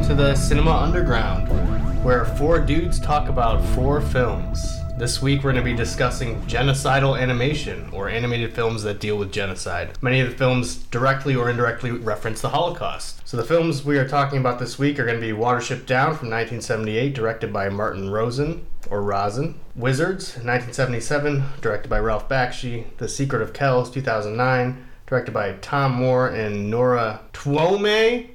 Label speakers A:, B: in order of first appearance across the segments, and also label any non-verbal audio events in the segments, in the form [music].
A: to the Cinema Underground, where four dudes talk about four films. This week we're going to be discussing genocidal animation, or animated films that deal with genocide. Many of the films directly or indirectly reference the Holocaust. So the films we are talking about this week are going to be Watership Down from 1978, directed by Martin Rosen, or Rosin. Wizards, 1977, directed by Ralph Bakshi. The Secret of Kells, 2009, directed by Tom Moore and Nora Twome.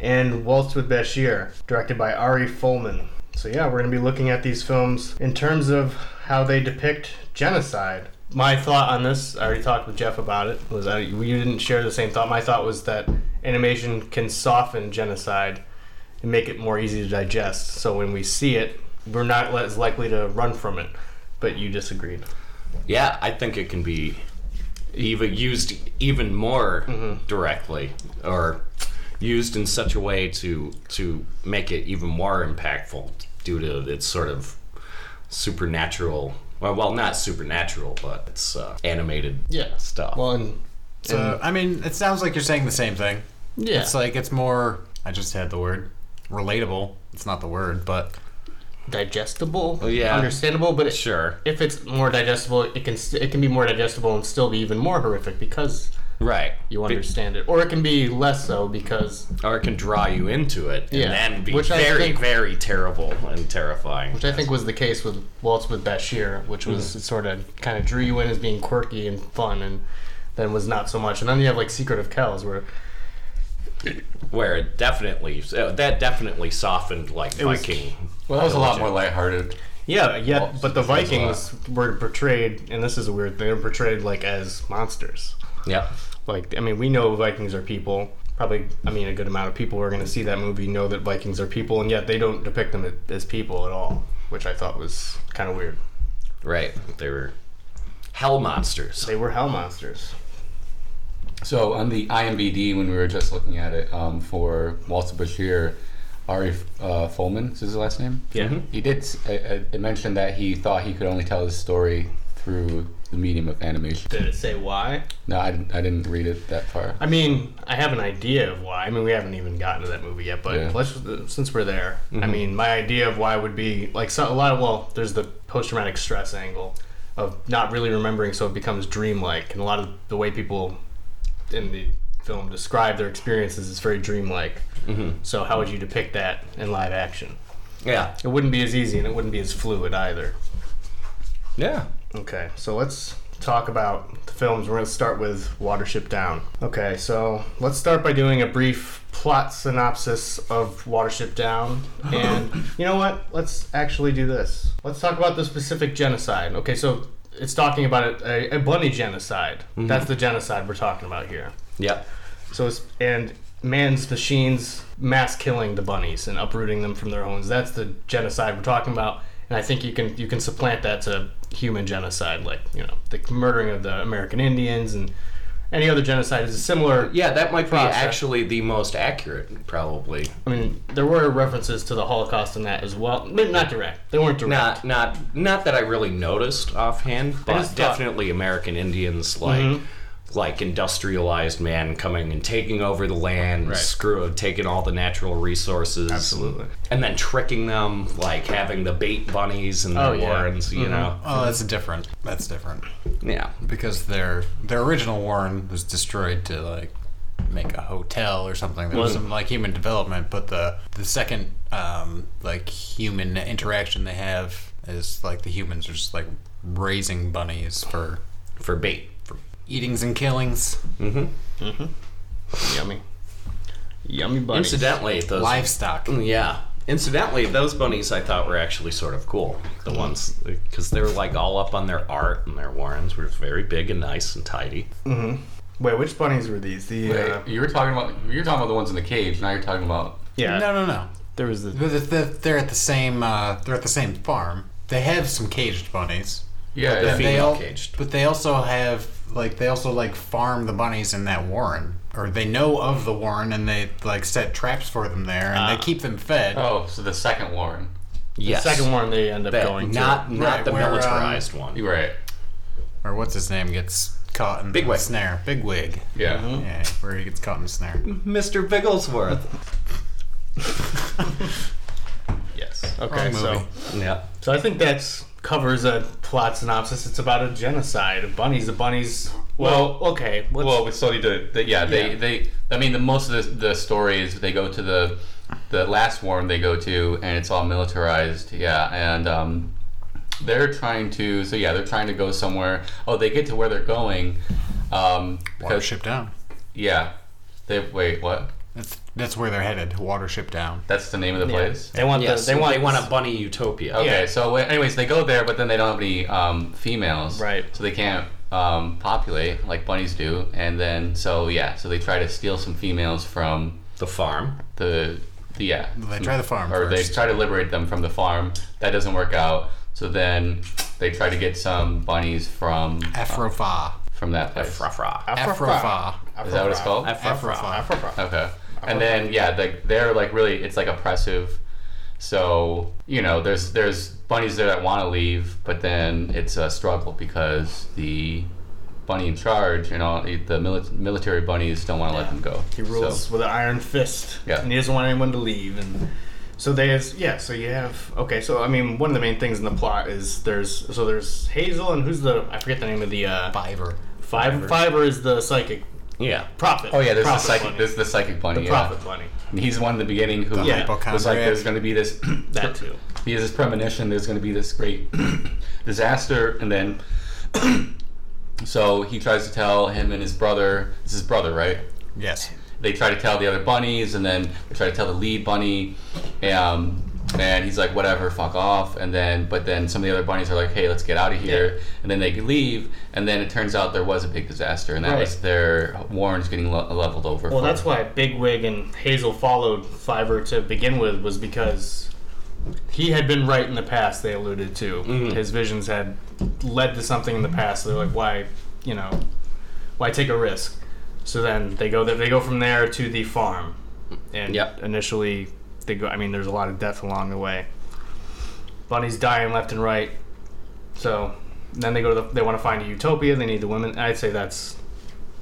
A: and Waltz with Bashir, directed by Ari Folman. So, yeah, we're going to be looking at these films in terms of how they depict genocide. My thought on this, I already talked with Jeff about it, was I, you didn't share the same thought. My thought was that animation can soften genocide and make it more easy to digest. So when we see it, we're not as likely to run from it. But you disagreed.
B: Yeah, I think it can be even used even more
A: Mm-hmm.
B: directly or used in such a way to to make it even more impactful due to its sort of supernatural well, well not supernatural but it's uh, animated
A: Yeah.
B: stuff
A: Well, and,
C: So I mean, it sounds like you're saying the same thing.
A: yeah.
C: It's like it's more. I just had the word relatable. It's not the word, but
A: digestible,
B: yeah.
A: understandable, but it,
B: sure
A: if it's more digestible, it can st- it can be more digestible and still be even more horrific because
B: right
A: you understand it, or it can be less so because
B: or it can draw you into it and
A: Yeah.
B: then be
A: Which I
B: very
A: think-
B: very terrible and terrifying
A: which I think was the case with Waltz with Bashir, which was it sort of kind of drew you in as being quirky and fun, and then was not so much. And then you have like Secret of Kells, where
B: where it definitely so that definitely softened like
A: was-
B: Viking
D: Well, that was a lot more lighthearted.
A: Yeah, yeah,
D: Well,
A: but the
D: that's a
A: Vikings were portrayed, and this is a weird thing, they were portrayed like as monsters.
B: yeah
A: Like, I mean, we know Vikings are people. Probably, I mean, a good amount of people who are going to see that movie know that Vikings are people, and yet they don't depict them a- as people at all, which I thought was kind of weird.
B: right they were hell monsters
A: They were hell monsters.
D: So on the IMBD, when we were just looking at it um, for Walter Bashir, Ari uh, Folman is his last name.
A: Yeah.
B: Mm-hmm.
D: He did. s- uh, uh, It mentioned that he thought he could only tell his story through the medium of animation.
A: Did it say why?
D: No, I didn't. I didn't read it that far.
A: I mean, I have an idea of why. I mean, we haven't even gotten to that movie yet, but
D: Yeah.
A: let's since we're there, I mean, my idea of why would be like so, a lot of well, there's the post-traumatic stress angle of not really remembering, so it becomes dreamlike, and a lot of the way people in the film describe their experiences is very dreamlike. Mm-hmm. So, how would you depict that in live action?
B: yeah
A: It wouldn't be as easy, and it wouldn't be as fluid either.
B: yeah
A: Okay, so let's talk about the films. We're going to start with Watership Down. Okay, so let's start by doing a brief plot synopsis of Watership Down. And you know what? Let's actually do this. Let's talk about the specific genocide. Okay, so it's talking about a, a, a bunny genocide. That's the genocide we're talking about here.
B: yep
A: So it's, and man's machines mass killing the bunnies and uprooting them from their homes. That's the genocide we're talking about. And I think you can you can supplant that to human genocide, like you know the murdering of the American Indians and any other genocide is a similar.
B: Yeah, that might be
A: process.
B: actually the most accurate, probably.
A: I mean, there were references to the Holocaust in that as well, but not direct. They weren't direct.
B: Not not not that I really noticed offhand, but
A: just thought- Mm-hmm.
B: definitely American Indians like like industrialized man coming and taking over the land, screw taking all the natural resources.
A: Absolutely.
B: And then tricking them, like having the bait bunnies and the
A: Oh, yeah.
B: warrens, you know.
C: oh, that's different. That's different
B: Yeah.
C: because their their original warren was destroyed to like make a hotel or something. There was some like human development, but the the second um, like human interaction they have is like the humans are just like raising bunnies for
B: For bait. For,
C: eatings and killings,
B: Mm-hmm.
A: yummy, yummy bunnies.
B: incidentally, those
C: livestock.
B: Mm, Yeah. Incidentally, those bunnies I thought were actually sort of cool. The ones because they were like all up on their art, and their warrens were very big and nice and tidy.
A: Wait, which bunnies were these? The
D: Wait,
A: uh,
D: you were talking about you were talking about the ones in the cage. Now you're talking about
A: yeah,
C: No, no, no.
A: there was the
C: But if they're- They're at the same. Uh, they're at the same farm. They have some caged bunnies.
D: yeah.
B: The
D: yeah.
C: They
B: female
C: al-
B: caged.
C: But they also have like they also like farm the bunnies in that warren, or they know of the warren and they like set traps for them there and they keep them fed.
D: Oh, so the second Warren.
B: Yes.
A: second one they end up
B: That-
A: going
B: not
A: to.
B: not
C: Right,
B: the
C: where, um,
B: militarized one.
D: You're right.
C: Or what's his name gets caught in the
B: Bigwig.
C: snare. Big wig.
D: Yeah.
B: Mm-hmm.
C: Yeah, where he gets caught in the snare.
B: Mr. Bigglesworth.
A: [laughs] Yes. Okay. So,
B: Yeah.
A: so I think that's covers a plot synopsis. It's about a genocide. A bunnies. The bunnies. Well, okay. Let's,
D: Well, we still need to. The, yeah, they,
A: Yeah.
D: they. I mean, the most of the, the stories they go to the the last war they go to, and it's all militarized. Yeah, and um, they're trying to. So yeah, they're trying to go somewhere. Oh, they get to where they're going. Um, because
C: Watership down.
D: yeah, they wait. What?
C: That's that's where they're headed. Watership down.
D: That's the name of the
A: yeah.
D: place.
A: They want.
B: Yes.
A: the, Oh. they want.
B: a bunny utopia.
D: Okay,
A: Yeah.
D: so wait, anyways, they go there, but then they don't have any um, females,
A: Right.
D: So they can't um, populate like bunnies do, and then so yeah, so they try to steal some females from
B: The farm.
D: the, the yeah,
C: They try the farm
D: or
C: first.
D: they try to liberate them from the farm. That doesn't work out, so then they try to get some bunnies from
C: Afrofa.
D: from that place.
B: Fra-fra.
C: Afrofa.
D: Is that what it's called?
C: Afrofa.
A: Afrofa.
D: Okay. And then yeah, like they're like really it's like oppressive. So, you know, there's there's bunnies there that want to leave, but then it's a struggle because the bunny in charge and all the mili- military bunnies don't want to let them go.
A: He rules
D: So,
A: with an iron fist,
D: Yeah.
A: and he doesn't want anyone to leave. And so there's yeah. So you have okay. So I mean, one of the main things in the plot is there's so there's Hazel and who's the I forget the name of the uh,
C: Fiverr.
A: Fiver. Fiver is the psychic
B: Yeah.
A: prophet.
D: oh yeah, there's the
A: prophet
D: psychic
A: bunny.
D: there's the psychic bunny. yeah.
A: prophet bunny.
D: He's the one in the beginning who
A: Yeah.
D: was like
C: hypochondriac.
D: there's going to be this [clears throat]
A: That too.
D: he has this premonition there's going to be this great [clears throat] disaster and then [clears throat] so he tries to tell him and his brother it's his brother right
C: Yes.
D: they try to tell the other bunnies and then they try to tell the lead bunny um, and he's like whatever fuck off and then but then some of the other bunnies are like hey let's get out of here and then they leave and then it turns out there was a big disaster and that
A: Right.
D: was their warren's getting le- leveled over
A: Well,
D: for-
A: that's why Bigwig and Hazel followed Fiver to begin with was because he had been right in the past. They alluded to
B: Mm-hmm.
A: his visions had led to something in the past. So they're like, why, you know, why take a risk? So then they go they go from there to the farm, and
B: Yep.
A: initially they go. I mean, there's a lot of death along the way. Bunny's dying left and right, so then they go to the, they want to find a utopia. They need the women. I'd say that's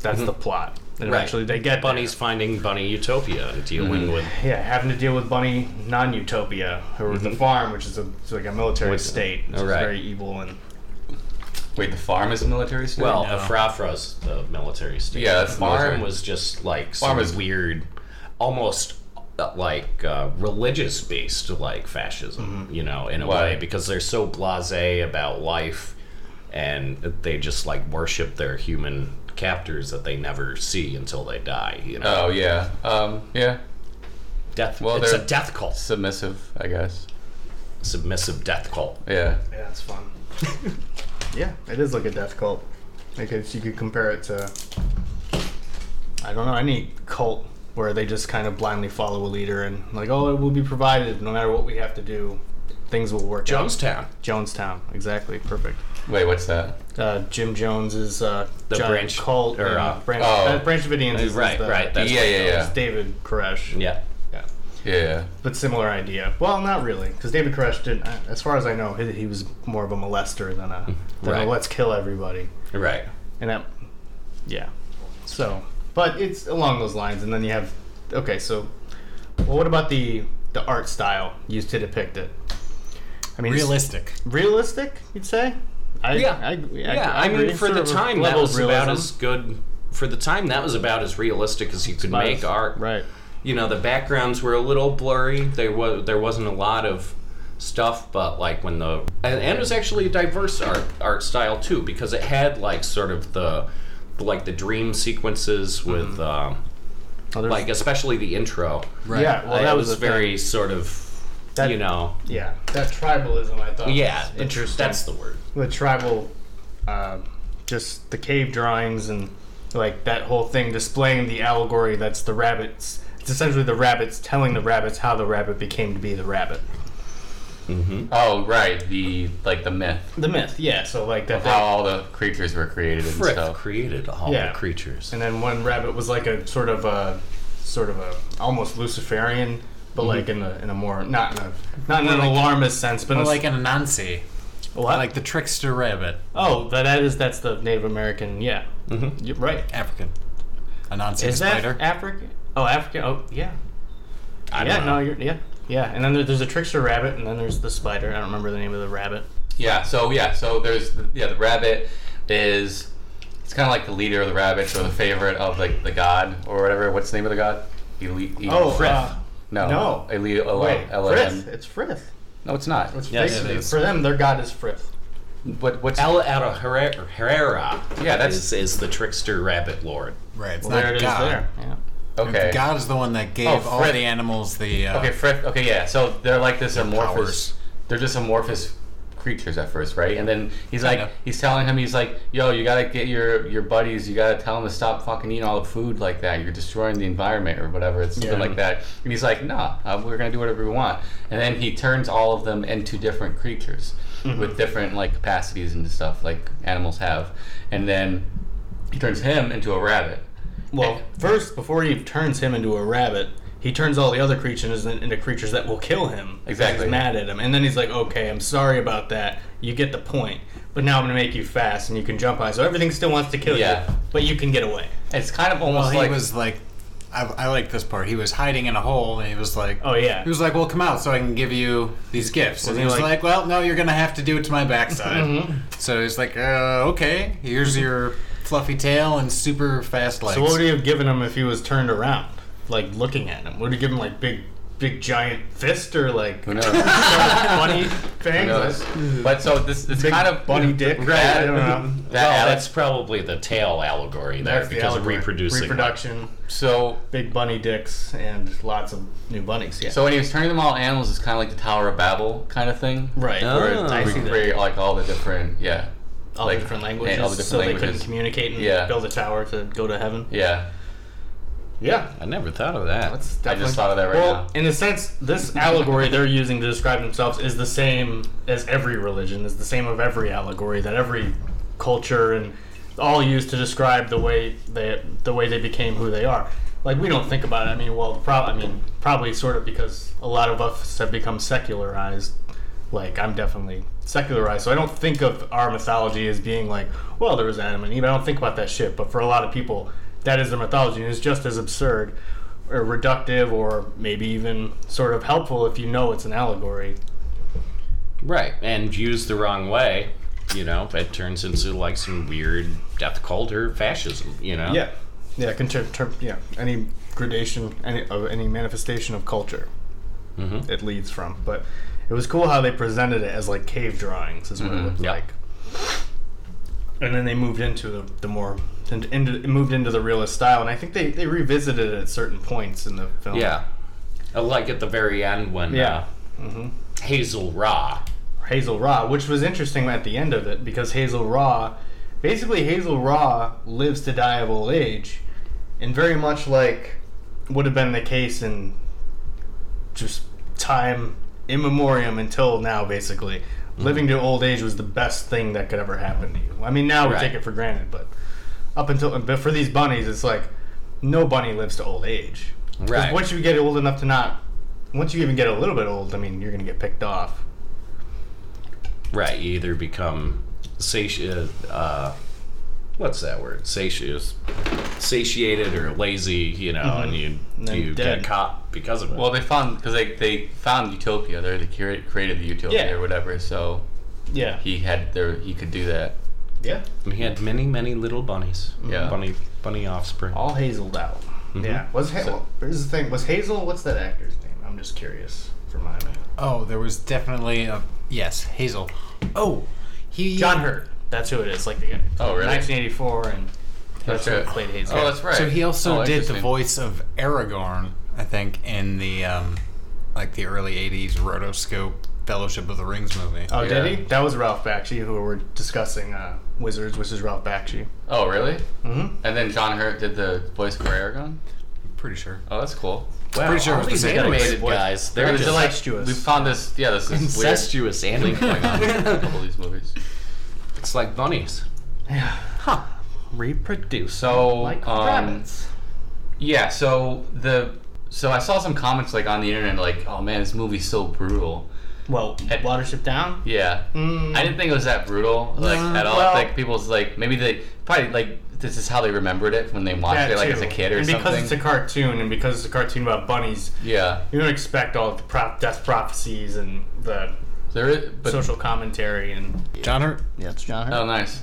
A: that's the plot. And
B: Mm-hmm. Right.
A: eventually they get
B: Bunny's
A: bunnies.
B: finding bunny utopia, dealing
A: Mm-hmm.
B: with
A: Yeah, having to deal with Bunny non-utopia or the
B: Mm-hmm.
A: farm, which is a it's like a military state, which is
B: right.
A: very evil and
D: wait the farm is a military state
B: Well, Afrafra's the military state.
D: Yeah, that's
B: the farm
D: military.
B: was just like
D: Farm
B: some
D: is-
B: weird, almost uh, like uh, religious based like fascism, you know, in a
D: Mm-hmm. Why?
B: way because they're so blasé about life, and they just like worship their human captors that they never see until they die. You know,
D: oh yeah um, yeah
B: death.
D: well,
B: it's a
D: they're-
B: death cult,
D: submissive i guess
B: submissive death cult.
D: yeah
A: yeah, that's
B: [laughs]
A: fun. yeah, it is like a death cult. Because you could compare it to I don't know any cult where they just kind of blindly follow a leader and like oh it will be provided no matter what we have to do, things will work out.
B: Jonestown,
A: Jonestown, exactly, perfect.
D: wait what's that
A: Uh, Jim Jones is uh,
B: The
A: giant
B: branch-
A: cult
B: or,
A: and
B: uh,
A: branch,
D: oh.
A: that branch of Indians. Is, is
B: right,
A: the-
B: right, that's
D: yeah,
B: what
D: yeah,
B: it
D: yeah.
A: It's David Koresh.
B: yeah.
A: Yeah.
D: Yeah.
A: But similar idea. Well, not really, because David Koresh didn't. I- As far as I know, he, he was more of a molester than
B: [laughs]
A: a, than
B: Right.
A: a let's kill everybody.
B: Right.
A: And that, yeah. So, but it's along those lines. And then you have, okay, so, well, what about the the art style used to depict it? I mean, it's
C: Realistic.
A: realistic, you'd say. I,
B: Yeah.
A: I, yeah,
B: Yeah, I,
A: agree.
B: mean, for
A: Sort
B: the
A: of a
B: time, that
A: level of
B: was about
A: realism.
B: as good. For the time, that was about as realistic as you could
A: About
B: make
A: as-
B: art.
A: Right.
B: You know, the backgrounds were a little blurry. There was there wasn't a lot of stuff, but like when the and, and it was actually a diverse art art style too because it had like sort of the like the dream sequences with um,
A: Oh, there's-
B: like especially the intro.
C: Right.
A: Yeah, well,
B: Uh,
A: that
B: it
A: was,
B: was,
A: the thing.
B: very sort of
A: That-
B: you know
A: Yeah, that tribalism I thought.
B: yeah
A: was
B: interest.
A: interesting.
B: That's the word.
A: the tribal, um, just the cave drawings and like that whole thing displaying the allegory. That's the rabbits. It's essentially the rabbits telling the rabbits how the rabbit became to be the rabbit.
D: Oh, right. The like the myth
A: The myth, yeah. So like that.
D: of how all the creatures were created and
B: Frick
D: stuff.
B: created all
A: Yeah.
B: the creatures.
A: and then one rabbit was like a sort of a, sort of a almost Luciferian, but like in a in a more not in a not in an alarmist sense, but in a
C: But
A: s-
C: like an Anansi.
A: what?
C: Like the trickster rabbit.
A: oh, that, that is that's the Native American, yeah. Mm-hmm. You're right.
C: African. Anansi the
A: Is that
C: spider.
A: African? Oh, African. Oh, yeah.
B: I
A: yeah,
B: don't know.
A: no, you're, yeah, yeah. And then there, there's a trickster rabbit, and then there's the spider. I don't remember the name of the rabbit.
D: Yeah. So yeah. So there's yeah the rabbit is it's kind of like the leader of the rabbits or the favorite of like the god or whatever. What's the name of the god? Elite.
A: Oh,
D: Frith.
A: uh,
D: no.
A: no.
D: Elite.
A: Wait,
D: LLM.
A: Frith. It's Frith.
D: No, it's not.
A: It's
B: Yes,
A: they-
B: it is.
A: For them, their god is Frith.
D: What? What's?
B: El Ara Herrera, Herrera
D: Yeah, that's-
B: is, is the trickster rabbit lord.
C: Right, it's
A: Well, there
C: not
A: it is.
C: God.
A: There. Yeah.
D: okay.
C: God is the one that gave
D: Oh,
C: all
D: Fred.
C: the animals the. Uh,
D: Okay. Frith. Okay. Yeah. So they're like this amorphous.
C: powers.
D: They're just amorphous creatures at first, right? And then he's like,
C: Kinda.
D: he's telling him, he's like, "Yo, you gotta get your your buddies. You gotta tell them to stop fucking eating all the food like that. You're destroying the environment or whatever. It's something
A: Yeah.
D: like that." And he's like, "Nah, uh, we're gonna do whatever we want." And then he turns all of them into different creatures
C: Mm-hmm.
D: with different like capacities and stuff like animals have. And then he turns him into a rabbit.
A: Well, first, before he turns him into a rabbit, he turns all the other creatures in- into creatures that will kill him. because
D: Exactly.
A: He's mad at him. And then he's like, okay, I'm sorry about that. You get the point. But now I'm going to make you fast and you can jump high. So everything still wants to kill
D: Yeah.
A: you, but you can get away.
D: It's kind of
C: Well,
D: almost
C: he
D: like
C: was like, I, I like this part. He was hiding in a hole, and he was like,
A: Oh, yeah.
C: He was like, "Well, come out, so I can give you these gifts." And he
A: Wasn't
C: was
A: he
C: like,
A: like- Mm-hmm.
C: "Well, no, you're gonna have to do it to my backside." So he's like, uh, "Okay, here's your fluffy tail and super fast legs."
A: So what would he have given him if he was turned around, like looking at him? Would he give him like big, big giant fist or like
D: who
A: [laughs]
D: knows.
A: funny
D: [laughs] Who
A: fangs?
D: knows? But so this it's
A: Big
D: kind of
A: bunny
D: [laughs] you know,
A: dick.
D: That,
A: I don't know.
D: That,
B: well,
D: Alex-
B: that's probably the tail allegory there
A: That's the
B: because
A: allegory.
B: reproducing.
A: reproduction,
D: so
A: big bunny dicks, and lots of new bunnies. Yeah.
D: so when he was turning them all animals, it's kind of like the Tower of Babel kind of thing,
A: right.
B: Oh.
D: Where
B: I
D: we
A: see that.
D: create like all the different yeah,
A: all
D: like,
A: the different
D: and
A: languages,
D: all the different
A: so they couldn't
D: languages.
A: communicate and
D: Yeah.
A: build a tower to go to heaven.
D: yeah.
A: Yeah,
B: I never thought of that.
A: that's
D: I
A: definitely.
D: just thought of that right
A: well,
D: now.
A: in a sense, this allegory they're using to describe themselves is the same as every religion, is the same of every allegory that every culture and all use to describe the way they the way they became who they are. Like we don't think about it. I mean, well, pro- I mean, probably sort of because a lot of us have become secularized. Like I'm definitely secularized, so I don't think of our mythology as being like, well, there was Adam and Eve. I don't think about that shit. But for a lot of people, that is their mythology, and it's just as absurd or reductive or maybe even sort of helpful if you know it's an allegory.
B: Right, and used the wrong way, you know, it turns into like some weird death cult or fascism, you know?
A: Yeah, can ter- ter- yeah, any gradation any of any manifestation of culture it leads from. But it was cool how they presented it as like cave drawings is what it looked
B: yeah.
A: like. And then they moved into the, the more and into, moved into the realist style, and I think they, they revisited it at certain points in the film.
B: Yeah. Uh, Like at the very end when
A: Yeah.
B: uh, Hazel Ra.
A: Hazel Raw, which was interesting at the end of it because Hazel Raw, basically Hazel Raw lives to die of old age, and very much like would have been the case in just time immemorium until now, basically.
B: Mm-hmm.
A: Living to old age was the best thing that could ever happen to you. I mean, now we
B: Right.
A: take it for granted, but up until but for these bunnies, it's like no bunny lives to old age. 'Cause
B: Right.
A: Once you get old enough to not, once you even get a little bit old, I mean, you're gonna get picked off.
B: Right, you either become sati- uh, uh, what's that word? Satius. Satiated or lazy, you know, Mm-hmm. and you,
A: then
B: you
A: dead.
B: get caught because of it.
D: Well, they found because they they found utopia. They they cura- created the utopia
A: Yeah.
D: or whatever. So
A: Yeah.
D: he had there he could do that.
A: Yeah.
B: And he had many, many little bunnies.
D: Yeah.
B: Bunny, bunny offspring.
A: All hazeled out. Yeah. Was Hazel?
D: So-
A: here's the thing. Was Hazel? What's that actor's name? I'm just curious for my man.
C: oh, there was definitely a yes, Hazel. Oh, he
A: John Hurt. That's who it is. Like the guy.
D: Oh, really?
A: 1984, and that's,
D: it.
A: who played Hazel.
D: Oh, that's right.
C: So he also
D: Oh,
C: did the
D: interesting.
C: voice of Aragorn, I think, in the um, like the early '80s rotoscope Fellowship of the Rings movie.
E: Uh,
A: Oh,
D: Yeah.
A: did he? That was Ralph Bakshi, who we were discussing uh, Wizards, which is Ralph Bakshi.
D: Oh, really?
A: Mm-hmm.
D: And then John Hurt did the voice for Aragon.
C: Pretty sure.
D: Oh, that's cool.
B: Wow,
C: pretty sure
B: all
C: it was the
B: these
C: same
B: animated
A: voice.
B: guys.
D: Yeah,
B: They're
D: this is
B: just
D: like-
A: incestuous.
D: we found this. Yeah, this is weird.
B: incestuous [laughs]
D: thing going on in [laughs] a
B: animals.
D: couple of these movies.
B: it's like bunnies.
A: Huh. Reproduce
D: So,
A: like
D: um,
A: rabbits.
D: Yeah, so the so I saw some comments like on the internet like, "Oh man, this movie's so brutal."
A: Well, Watership Down.
D: Yeah.
A: Mm.
D: I didn't think it was that brutal like
C: No,
D: at all.
A: well-
D: I think people's like maybe they probably like this is how they remembered it when they watched
A: That
D: it, like
A: too.
D: as a kid or
A: and
D: something.
A: because it's a cartoon, and because it's a cartoon about bunnies,
D: yeah,
A: you don't expect all the prop- death prophecies and the
D: there is. But,
A: social commentary and
C: John Hurt.
E: Yeah, it's John
D: oh,
E: Hurt.
D: nice.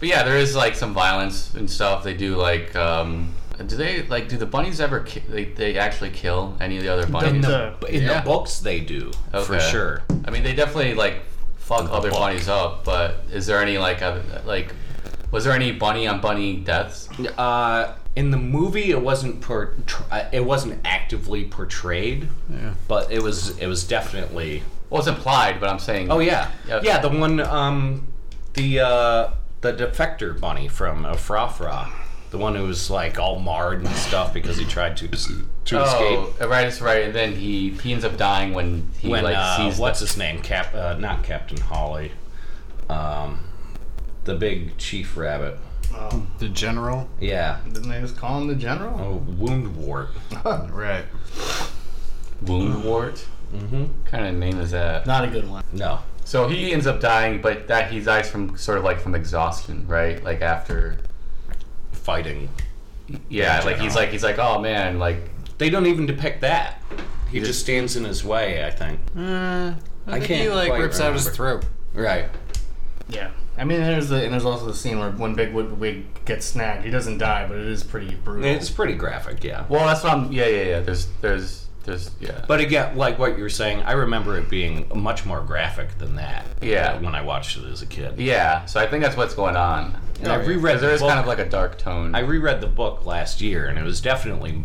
D: But yeah, there is like some violence and stuff. They do like. um do they like? Do the bunnies ever? Ki- they they actually kill any of the other bunnies?
A: the
B: But in
D: Yeah.
B: the books, they do for
D: Okay.
B: sure.
D: I mean, they definitely like fuck other bunnies up. But is there any like a, like? Was there any bunny on bunny deaths?
B: Uh, in the movie, it wasn't per- tr- uh, it wasn't actively portrayed, but it was it was definitely.
D: Well, it's implied, but I'm saying.
B: Oh yeah,
D: Yeah.
B: yeah. The one, um, the uh, the defector bunny from uh, Fra Fra, the one who was like all marred and stuff because he tried to to
D: Oh,
B: escape.
D: right, it's right. And then he he ends up dying when he
B: When
D: like
B: uh,
D: sees
B: what's his name? Cap, uh, not Captain Holly, um, the big chief rabbit.
A: oh,
C: The general.
B: Yeah,
A: didn't they just call him the general?
B: a wound wart.
C: Oh, Right.
D: the wound wart.
B: Mm-hmm.
D: What kind of name is that?
A: Not a good one.
B: No,
D: So he ends up dying, but that he dies from sort of like from exhaustion, right? Like after.
B: fighting
D: Yeah, like he's
B: general.
D: like he's like oh man, like
B: They don't even depict that. He just stands in his way, I think.
C: Uh, I,
B: I
C: think
B: can't
C: he like
B: quite
C: rips out his throat.
B: Right.
A: Yeah, I mean, there's the, and there's also the scene where when Big Wig gets snagged, he doesn't die, but it is pretty brutal.
B: It's pretty graphic, yeah.
D: well that's what I'm yeah yeah yeah. There's there's there's yeah.
B: But again, like what you were saying, I remember it being much more graphic than that.
D: Yeah.
B: uh, When I watched it as a kid.
D: yeah, so I think that's what's going on.
B: And I reread
D: 'Cause
B: the
D: there is
B: book.
D: kind of like a dark tone.
B: I reread the book last year, and it was definitely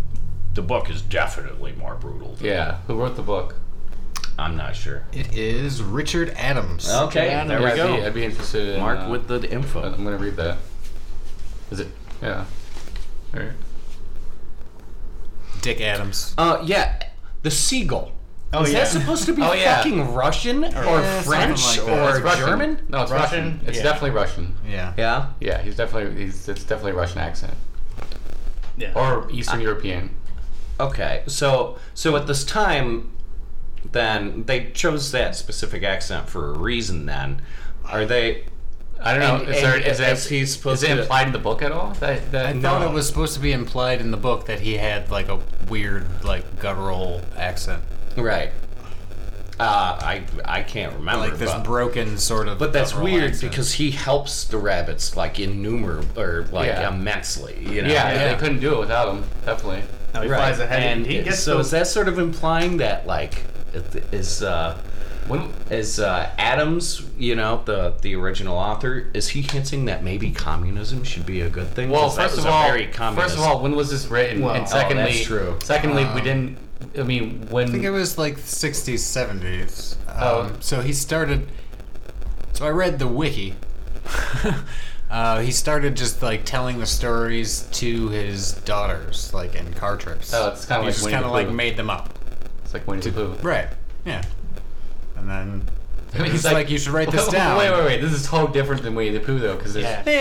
B: the book is definitely more brutal. than-
D: yeah, who wrote the book?
B: I'm not sure.
C: It is Richard Adams.
B: Okay,
A: Yeah,
B: there
A: there
B: we
D: I'd
B: go.
D: Be, I'd be interested in
B: Mark
D: uh,
B: with the info.
D: I'm gonna read that. Is it? Yeah. All right.
C: Dick Adams.
B: Uh, yeah, the seagull.
A: oh
B: Is
A: yeah,
B: that supposed [laughs] to be
D: Oh, yeah.
B: fucking Russian or
C: something
B: French
C: like that.
B: or
C: It's
D: Russian.
B: German?
D: No, it's Russian.
A: Russian?
D: It's
A: Yeah.
D: definitely Russian.
C: Yeah.
B: Yeah.
D: Yeah, he's definitely he's it's definitely Russian accent
A: yeah.
D: or Eastern European.
B: Okay, so so at this time, then they chose that specific accent for a reason. Then, are they?
D: I don't know.
B: And-
D: is there
B: and
D: is that
B: is he supposed
D: is it
B: to-
D: implied in the book at all? That that
C: I thought it was supposed to be implied in the book that he had like a weird, like guttural accent,
B: Right. Uh, I I can't remember.
C: like this
B: but,
C: broken sort of.
B: but that's
C: guttural
B: weird
C: accent.
B: because he helps the rabbits like innumerable or like
D: Yeah.
B: immensely. You know.
D: Yeah,
C: Yeah.
D: they couldn't do it without him. Definitely.
A: No, he
B: Right.
A: flies ahead,
B: and
A: and he gets
B: so
A: the-
B: is that sort of implying that like it- is uh
D: When
B: is uh, Adams, you know, the the original author, is he hinting that maybe communism should be a good thing?
D: well,
B: 'Cause that
D: first
B: was
D: of
B: a
D: all,
B: very communist-
D: first of all, when was this written?
A: Well, oh,
D: and
A: that's
D: secondly,
B: true.
D: secondly,
C: Um,
D: we didn't. I mean,
C: I think it
D: when
C: was like 60s, 70s. Um,
D: Oh.
C: So he started. So I read the
D: [laughs]
C: wiki. uh, he started just like telling the stories to his daughters, like in car trips.
D: Oh, it's kinda
C: He
D: like
C: just
D: Winnie
C: kind of
D: the
C: like
D: Pooh.
C: made them up.
D: it's like Winnie the Pooh.
C: Right. Yeah. And then
D: [laughs] I mean,
C: He's like, "You should write this
D: [laughs] wait,
C: down."
D: Wait, wait, wait. This is so different than Winnie the Pooh, though, because
A: Yeah.
D: yeah.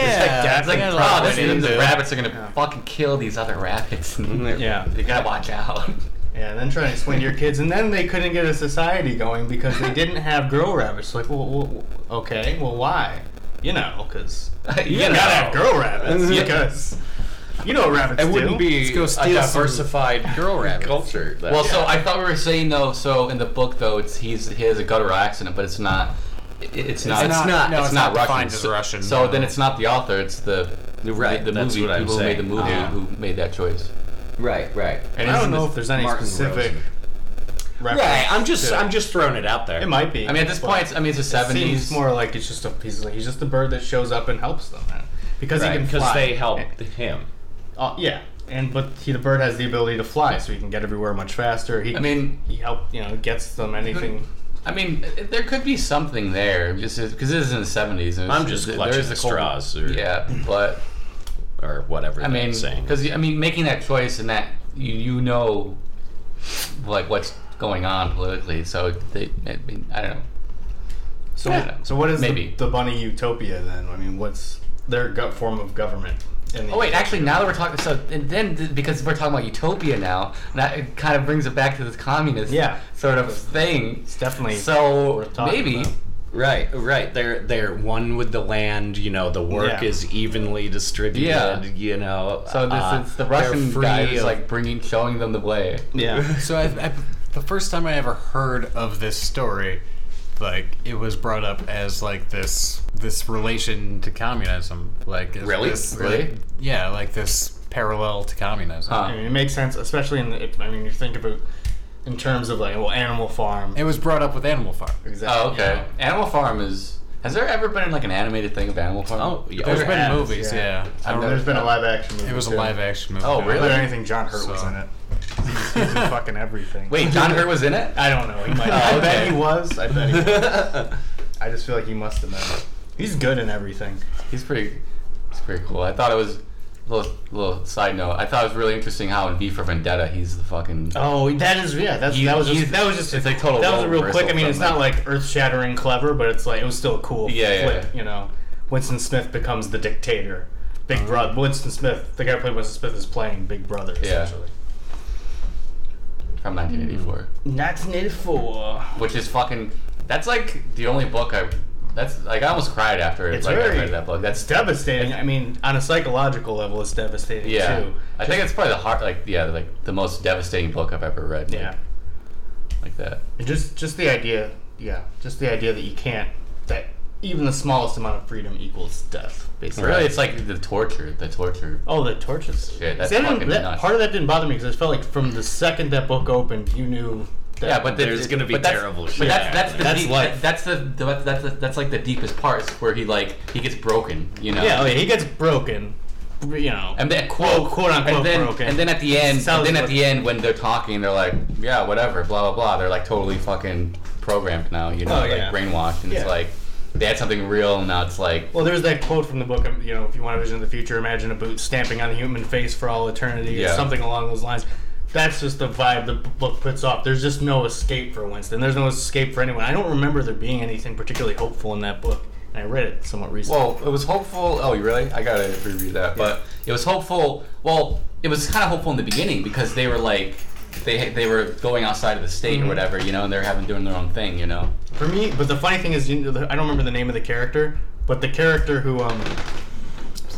C: Yeah,
D: it's like,
C: yeah,
D: that's
C: like
D: like, oh,
C: Winnie
D: these
C: the Pooh.
D: rabbits are gonna fucking kill these other
C: [laughs]
D: rabbits.
A: yeah,
D: you gotta watch out. [laughs]
A: yeah, and then trying to explain to your kids, and then they couldn't get a society going because they didn't have girl rabbits. Like, well, well okay, well, why? You know, because
D: You
A: you gotta have
D: know.
A: girl rabbits
B: Yeah.
A: because you know what rabbits
B: it
A: do.
B: wouldn't be
C: Let's go
B: a
C: steal some
B: diversified
D: [laughs]
C: girl rabbits.
B: culture. that-
D: Well, so I thought we were saying though. So in the book, though, it's he's he has a guttural accident, but it's not. it- It's not.
C: not- no,
D: it's,
C: it's
D: not,
C: not defined
D: Russian.
C: as
D: So-
C: Russian,
D: So
C: no.
D: then it's not the author. It's the
B: Right,
D: The, the
B: that's
D: movie
B: what I'm
D: people who made the
B: saying.
D: movie
C: Ah.
D: who made that choice.
B: right, right,
D: And
A: I don't
D: isn't
A: know
D: this-
A: if there's any
B: Martin
A: specific.
B: Rosen.
A: Reference
B: right. I'm just
A: to-
B: I'm just throwing it out there.
A: It might be.
D: I mean, at this
A: but
D: point, it's, I mean, it's the
A: it
D: seventies.
A: seems more like it's just a he's like he's just a bird that shows up and helps them man. because he
B: right,
A: can
B: because
A: fly.
B: they helped him.
A: Uh, yeah, and but he, the bird has the ability to fly, so he can get everywhere much faster. He,
D: I mean,
A: he help you know gets them anything.
D: I mean, there could be something there, just because it is in the seventies.
B: I'm just clutching at straws, or,
D: Yeah, but
B: or whatever.
D: I mean,
B: saying
D: because I mean, making that choice and that you you know, like what's going on politically. So they, I mean, I don't know.
A: So
D: Yeah.
A: so what is the-
D: Maybe.
A: the, bunny utopia then? I mean, what's their gut form of government? In the
D: Oh wait, actually, now that we're talking, so and then th- because we're talking about utopia now, that it kind of brings it back to this communist
A: Yeah.
D: sort of thing.
A: it's definitely
D: So
A: worth talking
D: maybe
A: about.
B: Right, right. They're they're one with the land. You know, the work
A: Yeah.
B: is evenly distributed.
D: Yeah.
B: You know,
D: So this
B: uh,
D: is the
B: they're
D: Russian
B: free
D: guy who's
B: of-
D: like bringing, showing them the way.
A: Yeah.
C: So I, I, the first time I ever heard of this story, like it was brought up as like this this relation to communism, like as
B: Really?
C: this,
D: Really?
C: like, yeah, like this parallel to communism.
D: Huh.
A: I mean, it makes sense, especially in. The, it, I mean, you think of it in terms of like, well, Animal Farm.
C: It was brought up with Animal Farm.
A: Exactly.
D: Oh, okay. Animal Farm is. Has there ever been like an animated thing of Animal Farm?
B: Oh, yeah,
C: There's
B: oh,
C: been
A: ads,
C: movies,
A: yeah.
C: yeah. I
A: And
C: don't
A: there's
C: remember.
A: been a live action movie.
C: It was a
A: too.
C: live action movie.
D: Oh,
C: yeah.
D: really?
A: Literally anything John Hurt was
C: So-
A: in it. He's, he's in fucking everything.
D: Wait, John Hurt was in it?
A: I don't know. He [laughs] might.
D: Oh,
A: I bet
D: okay.
A: he was. I [laughs] bet
B: [laughs]
A: he was. I just feel like he must have been. He's good in everything.
D: He's pretty. He's pretty cool. I thought it was. Little, little side note. I thought it was really interesting how in V for Vendetta he's the fucking.
A: Oh, that is yeah. That's,
D: You-
A: that was
D: you-
A: just that was just
D: it's like total
A: That was a
D: role
A: real quick. I
D: reversal
A: mean, it's
D: from,
A: not like earth shattering clever, but it's like it was still a cool
D: Yeah, yeah,
A: flip.
D: yeah.
A: You know, Winston Smith becomes the dictator. Big Brother. Winston Smith, the guy who played Winston Smith, is playing Big Brother.
D: Yeah.
A: Essentially.
D: from 1984,
A: Mm-hmm. 1984.
D: which is fucking. That's like the only book I. That's like I almost cried after
A: It's
D: like
A: very-
D: I read that book. That's
A: It's devastating. I mean, on a psychological level, it's devastating
D: yeah.
A: too.
D: I think it's probably the hard like yeah like the most devastating book I've ever read. like-
A: Yeah.
D: like that.
A: And just just the idea. Yeah. Just the idea that you can't. That even the smallest amount of freedom equals death. Basically.
D: Really, it's like the torture, the torture.
A: Oh, the torches.
D: Yeah, that's
A: See, I didn't-
D: fucking
A: that-
D: nuts.
A: Part of that didn't bother me because I felt like from the second that book opened, you knew. That,
D: Yeah, but the-
B: There's gonna be
D: but that's-
B: terrible
D: But
B: shit.
D: that's that's the
A: That's
D: deep,
A: life.
D: that's the that's that's the, that's like the deepest parts where he like he gets broken, you know.
A: yeah, oh, yeah, he gets broken. You know,
D: And then
A: quote quote unquote
D: and then,
A: broken.
D: And then at the end, and
A: Sounds
D: then at
A: like-
D: the end when they're talking, they're like, yeah, whatever, blah blah blah. They're like totally fucking programmed now, you know,
A: Oh,
D: like
A: yeah.
D: brainwashed, and
A: Yeah.
D: it's like they had something real, and now it's like
A: well, there's that quote from the book. um, You know, if you want a vision of the future, imagine a boot stamping on a human face for all eternity, or
D: Yeah.
A: something along those lines. That's just the vibe the b- book puts off. There's just no escape for Winston. There's no escape for anyone. I don't remember there being anything particularly hopeful in that book, and I read it somewhat recently.
D: Well, it was hopeful. Oh, you really? I gotta reread that. But it was hopeful. Well, it was kind of hopeful in the beginning because they were like, they they were going outside of the state or whatever, you know, and they're having doing their own thing, you know.
A: For me, but the funny thing is, you know, the- I don't remember the name of the character, but the character who um,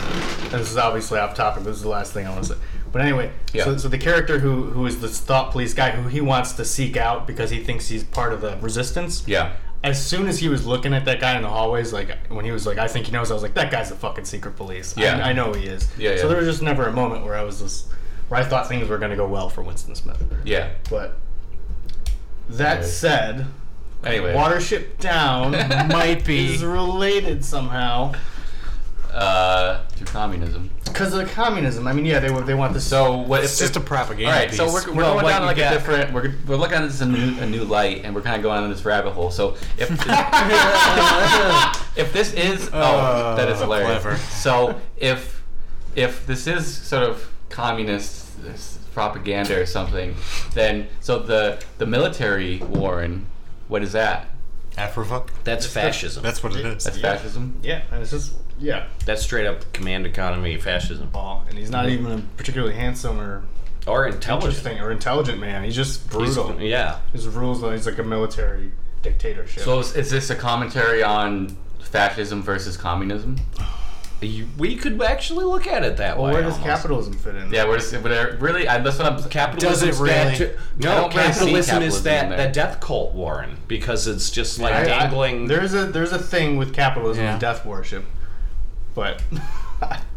A: and this is obviously off topic. This is the last thing I want to say. But anyway,
D: Yeah.
A: so, so the character who who is this thought police guy who he wants to seek out because he thinks he's part of the resistance.
D: Yeah.
A: As soon as he was looking at that guy in the hallways, like when he was like, "I think he knows," I was like, "That guy's the fucking secret police." I-
D: Yeah.
A: I, know he is.
D: Yeah,
A: So
D: yeah.
A: there was just never a moment where I was just where I thought things were going to go well for Winston Smith.
D: Yeah.
A: But that
D: Right.
A: said,
D: Anyway,
A: Watership [laughs] Down
C: Might
A: is
C: be.
A: related somehow
D: uh, to communism.
A: because of communism. I mean, yeah, they wa- they want this.
D: So what?
C: [laughs] It's
D: if,
C: just a propaganda
D: all right,
C: piece.
D: so we're, we're
C: Well,
D: going
C: what
D: down
C: you
D: like
C: got-
D: a different. We're, we're looking at this in a new, a new light, and we're kind of going on this rabbit hole. So if if this is oh,
C: Uh,
D: that is hilarious.
C: clever.
D: So if if this is sort of communist this propaganda or something, then so the the military Warren, what is that?
C: Africa.
B: that's fascism. That's,
C: That's what it is.
D: That's
A: Yeah.
D: fascism.
A: yeah, and it's just yeah,
B: straight up command economy fascism.
A: Paul, and he's not even a particularly handsome or
B: Or intelligence.
A: interesting or intelligent man. He's just brutal.
B: Yeah.
A: His rules are he's like a military dictatorship.
D: So is, is this a commentary on fascism versus communism?
B: You- We could actually look at it that
A: well,
B: way.
A: where does
B: almost.
A: capitalism fit in?
D: Yeah, we're just we're, really. I, that's what I'm.
B: Capitalism
C: Does it really?
D: I
B: no,
D: don't really see
B: capitalism, is
D: capitalism
B: that,
D: in there.
B: that death cult, Warren, because it's just like
A: I- I-
B: dangling.
A: there's a there's a thing with capitalism
C: Yeah.
A: and death worship,
B: [laughs]
A: but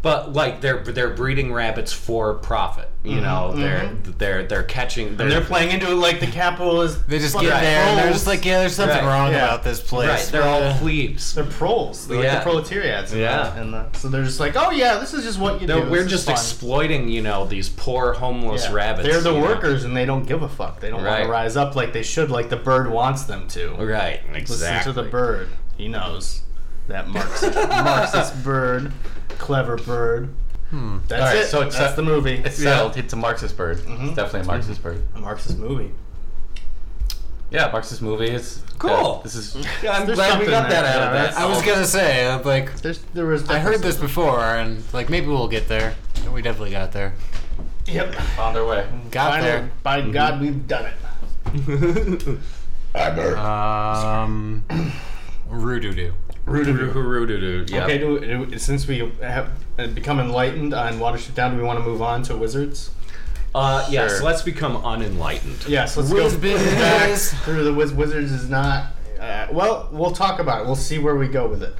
B: But like they're they're breeding rabbits for profit. You know, they're they're they're catching. They're,
A: Mm-hmm, they're playing into it like the capitalist.
C: They just
A: fucking
C: get there and they're just
A: trolls.
C: like, yeah, there's something
B: Right,
C: wrong
A: Oh. yeah.
C: about this place.
B: right. They're all plebes.
A: They're proles. They're like
B: Yeah.
A: the proletariats. And
B: Yeah.
A: The, and the, so they're just like, oh yeah, this is just what you
B: No,
A: do.
B: we're
A: This is
B: just
A: fun."
B: exploiting, you know, these poor homeless
A: Yeah.
B: rabbits.
A: They're the
B: you know.
A: workers, and they don't give a fuck. They don't want
B: Right.
A: to rise up like they should, like the bird wants them to.
B: Right,
A: Listen
B: exactly.
A: to the bird. He knows that Marxist, Marxist bird, clever bird. That's
D: All right,
A: it.
D: so it's
A: that's
D: a-
A: the movie.
D: It's settled. It's a Marxist bird. It's definitely a Marxist bird.
A: a Marxist movie.
D: Yeah, Marxist movie. It's
B: Cool.
D: yeah, this is
B: Yeah, I'm
A: There's
B: glad we
A: something
B: got
A: there.
B: that out of
A: Yeah,
B: that.
A: that's-
C: I
D: Oh.
C: was gonna say, uh, like,
A: There's, there was.
C: I heard
A: definitely-
C: this before, and like maybe we'll get there. And we definitely got there.
A: Yep.
D: on their way.
C: Got
A: By,
C: there.
A: by
D: Mm-hmm.
A: God, we've done it.
C: Um, [clears throat] Roo-doo-doo.
B: Roo-doo-doo-doo-doo-doo. Yeah.
A: Okay, do, do, since we have uh, become enlightened on Watership Down, do we want to move on to Wizards?
B: Uh, yeah,
D: Sure.
B: so let's become unenlightened.
A: Yes, let's go back through the Wiz- Wizards is not. Uh, well, we'll talk about it. We'll see where we go with it.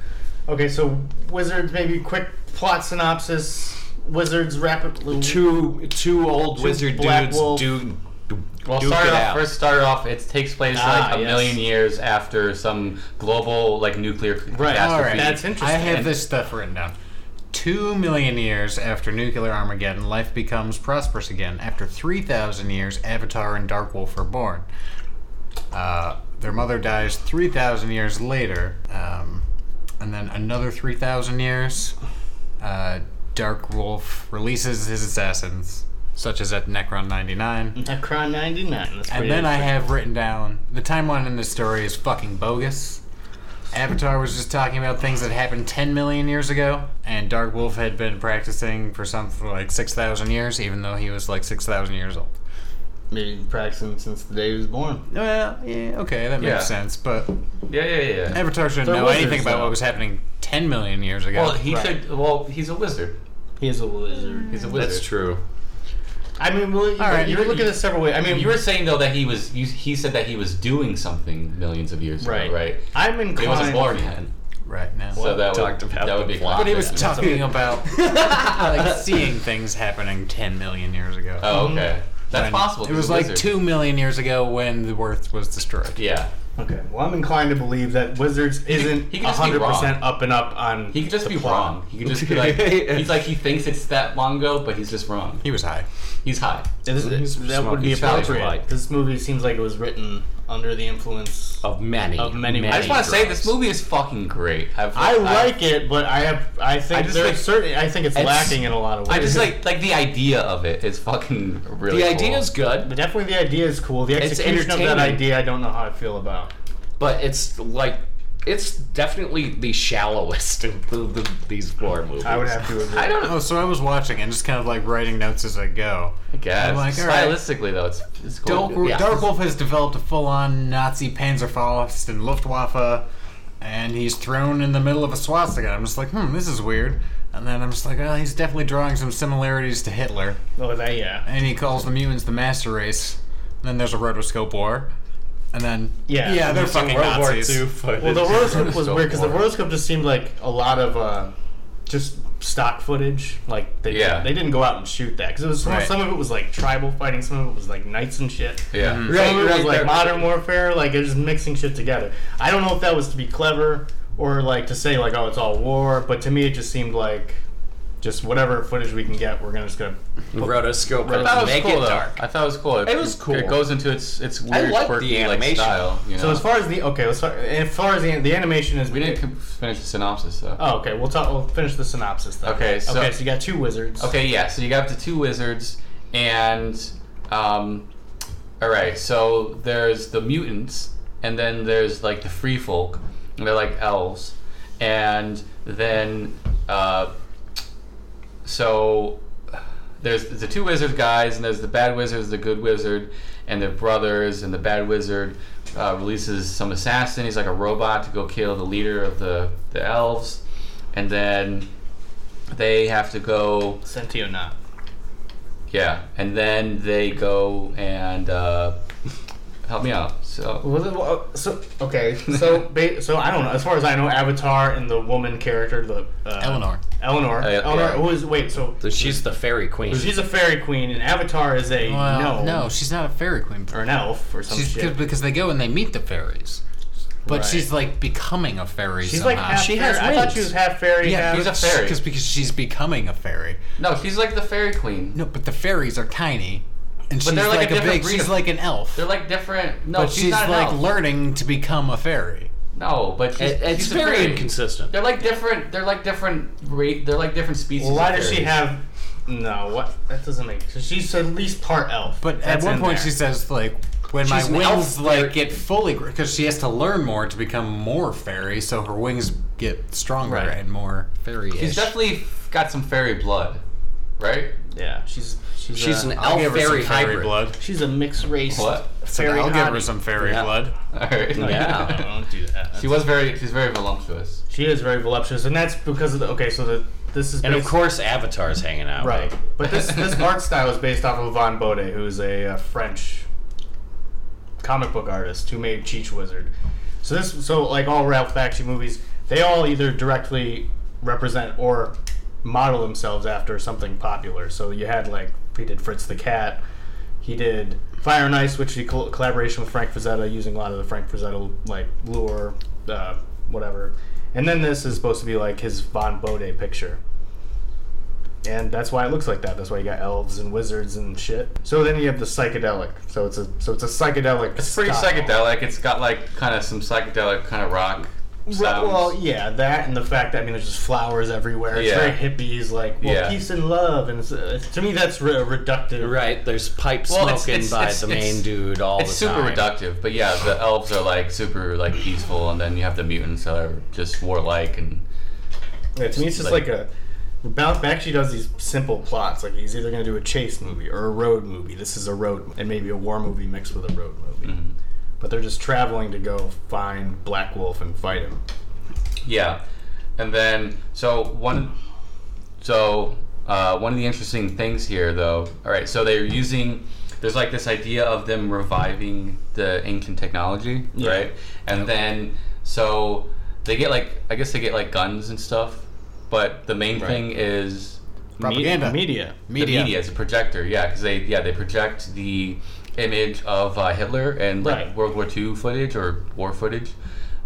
A: Okay, so Wizards, maybe quick plot synopsis. Wizards, rapidly.
B: Two two old wizard
A: Black
B: dudes
A: Wolf.
B: do, do
D: Well,
B: duke
D: start
B: it
D: off,
B: out.
D: first start off, it takes place
A: Ah,
D: like a
A: yes.
D: million years after some global like nuclear
A: Right.
D: catastrophe.
A: Alright. That's interesting.
C: I have this stuff written down. Two million years after nuclear Armageddon, life becomes prosperous again. After 3,000 years, Avatar and Dark Wolf are born. Uh, their mother dies 3,000 years later. Um, and then another 3,000 years, uh, Dark Wolf releases his assassins, such as at Necron 99.
A: Necron 99. That's pretty
C: And then I
A: interesting.
C: have written down the timeline in this story is fucking bogus. Avatar was just talking about things that happened 10 million years ago, and Dark Wolf had been practicing for something like 6,000 years, even though he was like 6,000 years old.
A: Maybe practicing since the day he was born.
C: Well, yeah, okay, that makes
D: Yeah.
C: sense, but
D: Yeah, yeah, yeah.
C: Avatar shouldn't
A: They're
C: know
A: wizards,
C: anything about
A: though.
C: what was happening 10 million years ago.
D: uh, well, he
A: Right.
D: could. Well, he's a wizard.
A: He is a wizard.
D: He's a wizard.
B: That's true.
A: I mean, well, you,
C: right,
A: you
C: you're-
A: can look at this several ways. I mean,
D: You were saying though that he was. You, he said that he was doing something millions of years
A: right,
D: ago, right?
A: I'm
D: But He
A: inclined.
D: wasn't born yet.
C: right now.
D: So that
B: talked
D: would
B: about
D: that
B: the
D: would be.
B: plot.
C: but he was
D: conflict.
C: talking about
D: [laughs]
C: like seeing things happening 10 million years ago.
D: Oh, okay. That's
C: When-
D: possible.
C: It
D: 'cause
C: was
D: he's a
C: like
D: wizard.
C: 2 million years ago when the Earth was destroyed.
D: Yeah.
A: Okay, well, I'm inclined to believe that Wizards isn't
D: he could just be
A: 100% up and up on.
D: He could just
A: the
D: be
A: plot.
D: wrong. He could just be [laughs] like. he's like he thinks it's that long ago, but he's just wrong.
C: He was high.
D: He's high.
A: This-
B: He's
A: that would be
B: smoking cigarette
A: appropriate.
B: light.
A: This movie seems like it was written under the influence.
B: Of many.
A: Of many
D: I just want to say
B: drugs.
D: this movie is fucking great. I've,
A: I
D: I've-
A: like it, but I have. I think
D: I just
A: there's
D: think-
A: certain. I think it's,
D: It's-
A: lacking in a lot of ways.
D: I just like like the idea of it. It's fucking really.
B: The
D: cool.
B: idea is good,
A: But definitely, the idea is cool. The
B: It's
A: execution of that
B: entertaining.
A: idea, I don't know how I feel about.
B: but it's like it's definitely the shallowest of the, the, these four movies.
A: I would have to agree.
D: I don't know.
C: Oh, so I was watching and just kind of like writing notes as I go.
D: I guess.
C: I'm like, all right.
D: Stylistically though, it's it's cool.
C: Dark,
B: yeah.
C: Dark Wolf has developed a full-on Nazi Panzerfaust and Luftwaffe, and he's thrown in the middle of a swastika. I'm just like, hmm, this is weird. And then I'm just like, oh, he's definitely drawing some similarities to Hitler.
A: Oh, that yeah.
C: And he calls the mutants the master race. And then there's a rotoscope war. And then
A: Yeah.
C: yeah, they're
A: Some
C: fucking
B: World War
C: Nazis.
B: II footage.
A: Well, the horoscope was
D: So
A: weird because the
D: boring.
A: horoscope just seemed like a lot of uh, just stock footage. Like they
D: Yeah.
A: they didn't go out and shoot that because it was some,
C: Right.
A: some of it was like tribal fighting, some of it was like knights and shit.
D: Yeah.
A: some of it
B: right,
A: was like
B: right.
A: modern warfare, like they're just mixing shit together. I don't know if that was to be clever or like to say like oh it's all war, but to me it just seemed like just whatever footage we can get, we're gonna just gonna.
B: rotoscope.
D: I thought it was
B: make
D: cool
B: it
D: though.
B: dark.
D: I thought it was cool. It,
B: was cool.
D: It goes into its its weird
B: liked the
D: quirky like
B: animation.
D: style. You know?
A: So as far as the okay, as far, as far as the, the animation is,
D: we didn't com- finish the synopsis though.
A: Oh, okay. We'll talk. We'll finish the synopsis then.
D: Okay, so-
A: okay. So you got two wizards.
D: Okay, yeah. So you got the two wizards, and um, all right. So there's the mutants, and then there's like the free folk, and they're like elves, and then uh, so there's the two wizard guys, and there's the bad wizards, the good wizard, and their brothers, and the bad wizard uh, releases some assassin. He's like a robot to go kill the leader of the the elves, and then. They have to go
A: Sentient not.
D: yeah, and then they go and uh, [laughs] help me out. So
A: Was it, well, uh, so okay, [laughs] so ba- so I don't know. As far as I know, Avatar and the woman character, the uh,
C: Eleanor.
A: Eleanor,
D: Uh, yeah.
A: Eleanor. Who is wait? So
B: So she's the fairy queen.
A: she's a fairy queen, and Avatar is a
C: Well,
A: gnome
C: no. she's not a fairy queen.
A: or an elf or some
C: She's
A: Oh, shit.
C: good because they go and they meet the fairies, but
A: Right.
C: she's like becoming a fairy.
A: She's like
C: somehow.
A: half.
B: She
A: fairy.
B: has
A: I thought
B: wings.
A: she was half fairy.
C: yeah,
A: half,
D: she's a fairy.
C: Because because she's becoming a fairy.
D: no, she's like the fairy queen.
C: No, but the fairies are tiny, and she's
D: they're like a
C: like, a,
D: different
C: big.
D: breed
C: She's
D: of-
C: like an elf,
D: They're like different. No,
C: but
D: she's,
C: she's,
D: not an
C: like
D: elf.
C: learning to become a fairy.
D: no, but she's,
B: It- it's
D: she's a
B: very
D: fairy.
B: inconsistent.
D: They're like different. They're like different. Rate. They're like different species.
A: Well, why
D: of
A: does she
D: fairies.
A: have? No, what that doesn't make. So she's at least part elf.
C: But
A: That's
C: at one
A: in
C: point
A: there.
C: she says like. When
B: She's an
C: my
B: elf
C: wings
B: fairy.
C: like get fully, because she has to learn more to become more fairy, so her wings get stronger
A: Right.
C: and more fairy-ish.
D: She's definitely got some fairy blood, right? [laughs]
A: yeah, she's she's
B: She's
A: a,
B: an
C: I'll
B: elf
C: give her some
B: fairy
C: fairy
B: hybrid.
C: blood.
A: she's a mixed race
D: What?
C: So
A: Fairy
C: I'll give her
A: Hottie.
C: some fairy
B: Yeah.
C: blood.
D: All right.
A: No,
B: Yeah.
A: don't do that.
D: She was very. She's very voluptuous.
A: She is very voluptuous, and that's because of the. Okay, so the this is
B: And of
A: based-
B: course, Avatar's hanging out.
A: right, but this this art style is based off of Von Bode, who's a uh, French comic book artist who made Cheech Wizard. So this, so like all Ralph Bakshi movies, they all either directly represent or model themselves after something popular. So you had like he did Fritz the Cat, he did Fire and Ice, which he col- collaboration with Frank Frazetta, using a lot of the Frank Frazetta like lure, uh, whatever. And then this is supposed to be like his Von Bode picture. And that's why it looks like that. That's why you got elves and wizards and shit. So then you have the psychedelic. So it's a so it's a psychedelic.
D: It's pretty
A: style.
D: psychedelic. It's got like kind of some psychedelic kind of rock
A: Right,
D: sounds.
A: well, yeah, that and the fact that I mean, there's just flowers everywhere. It's
D: Yeah.
A: very hippies, like well,
D: Yeah.
A: peace and love, and it's, uh, to me that's re- reductive.
B: Right. There's pipe
D: Well,
B: smoking
D: it's- it's-
B: by
D: it's-
B: the
D: it's-
B: main dude all
D: it's
B: the
D: super
B: time.
D: reductive, but yeah, the elves are like super like peaceful, and then you have the mutants that are just warlike and
A: Yeah, to me, it's just like,
D: Like-
A: a. Balf actually does these simple plots. Like he's either going to do a chase movie or a road movie. This is a road and maybe a war movie mixed with a road movie. But they're just traveling to go find Black Wolf and fight him.
D: Yeah, and then so one, so uh, one of the interesting things here, though. All right, so they're using. There's like this idea of them reviving the ancient technology,
A: Yeah.
D: right? And then so they get like I guess they get like guns and stuff, but the main thing is
C: Propaganda.
A: Me- media.
D: the media it's a projector yeah because they yeah they project the image of uh, hitler and like
A: Right.
D: world war ii footage or war footage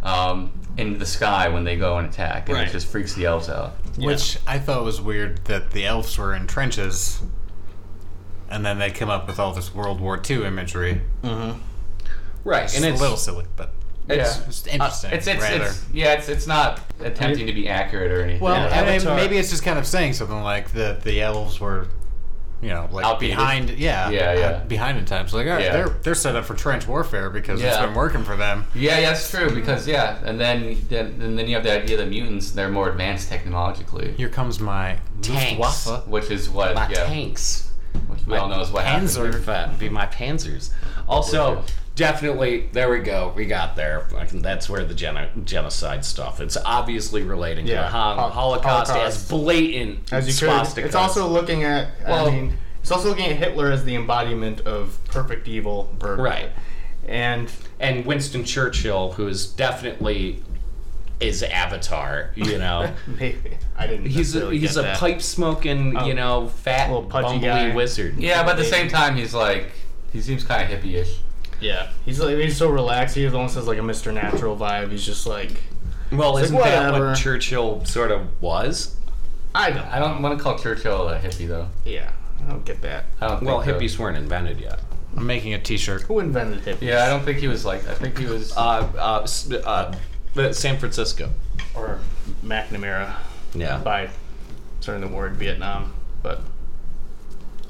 D: um, into the sky when they go and attack and
A: Right.
D: it just freaks the elves out
C: Which I thought was weird that the elves were in trenches, and then they come up with all this World War II imagery.
B: Right.
C: And
B: And
C: it's
B: it's
C: a little silly, but
D: it's,
C: it's interesting.
D: Uh, it's, it's,
C: rather.
D: it's yeah it's it's not attempting to be accurate or anything
C: well,
A: Yeah,
C: I mean,
A: Avatar-
C: maybe it's just kind of saying something like that the elves were, you know, like
D: Outdated.
C: behind. Yeah,
D: Yeah, yeah.
C: uh, behind in time. So like, all right,
D: Yeah.
C: they're they're set up for trench warfare because it's
D: Yeah.
C: been working for them.
D: yeah that's true because yeah and then then and then you have the idea that mutants they're more advanced technologically
C: Here comes my
B: Tanks.
C: Luftwaffe.
D: which is what
B: my
D: yeah
B: tanks.
D: which we all know is what happens
B: Panzer. uh, Be my panzers. Also, definitely, there we go. We got there. I can- That's where the geno- genocide stuff. It's obviously relating to
A: Yeah.
B: the hol-
A: Hol-
B: Holocaust,
A: Holocaust.
B: as blatant
A: as you could.
B: swastikas.
A: It's also looking at. I
D: Well-
A: mean, it's also looking at Hitler as the embodiment of perfect evil. or-
B: Right.
A: And
B: and Winston Churchill, who is definitely is Avatar. You know,
A: maybe I didn't.
B: he's a,
A: necessarily
B: he's
A: get
B: a
A: that.
B: pipe smoking, you know, fat
A: Little pudgy
B: bumbly
A: guy.
B: wizard.
D: yeah but at the same time he's like he seems kind of hippie-ish
A: Yeah, he's like he's so relaxed. He almost has like a Mr. Natural vibe. He's just like
B: Well,
A: It's
B: isn't
A: like,
B: that
A: whatever.
B: what Churchill sort of was?
A: I don't.
D: i don't want to call churchill a hippie though
A: yeah, I uh, don't get that.
D: I don't
B: Well,
D: think so.
B: hippies weren't invented yet.
C: I'm making a T-shirt.
A: Who invented hippies?
D: Yeah, I don't think he was like. I think he was.
B: Uh, uh, s- uh, the- San Francisco.
A: Or McNamara
B: Yeah.
A: by starting the war in Vietnam, but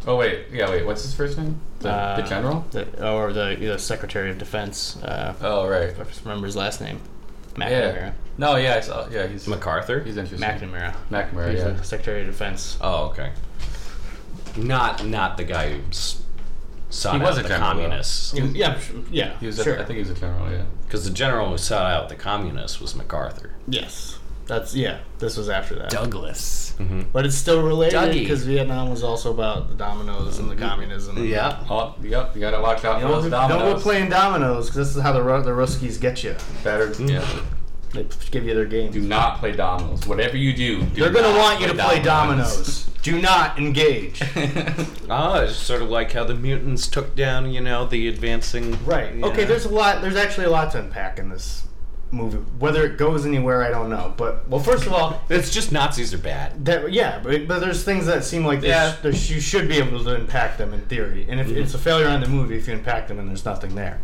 D: oh wait, yeah, wait. What's his first name? The,
A: uh,
D: the general.
A: the, or the, the Secretary of Defense. Uh,
D: Oh right.
A: I just remember his last name.
D: Yeah.
A: McNamara.
D: No, yeah, I saw. Yeah, he's
B: MacArthur.
D: he's interesting.
A: McNamara.
D: McNamara.
A: He's
D: Oh, Yeah.
A: the Secretary of Defense.
B: Oh, okay. Not not the guy who s- sought
D: He was
B: out
D: a
B: the
D: general, though.
B: communists,
A: Yeah, yeah, sure, yeah.
D: He was.
A: sure.
D: A, I think he was a general. Yeah.
B: because the general who sought out the communists was MacArthur.
A: yes, that's yeah. This was after that,
C: Douglas.
A: but it's still related
B: Dougie.
A: because Vietnam was also about the dominoes
D: Mm-hmm.
A: and the communism. and-
D: Oh, yep. You gotta watch out for
A: Don't, don't
D: those dominoes.
A: go playing dominoes because this is how the Ru- the Ruskies get you.
D: Better.
A: Mm.
D: Yeah.
A: They p- give you their game.
D: Do not play dominoes. Whatever you do, do
A: They're gonna
D: not
A: want you to play dominoes. Do not engage.
B: Ah, it's sort of like how the mutants took down, you know, the advancing.
A: Right.
B: you
A: Okay.
B: know.
A: There's a lot. There's actually a lot to unpack in this movie. Whether it goes anywhere, I don't know. But well, first of all,
B: It's just Nazis are bad.
A: that yeah, but, but there's things that seem like there's,
D: Yeah.
A: there's, you should be able to unpack them in theory. And if it's a failure on the movie, if you unpack them and there's nothing there,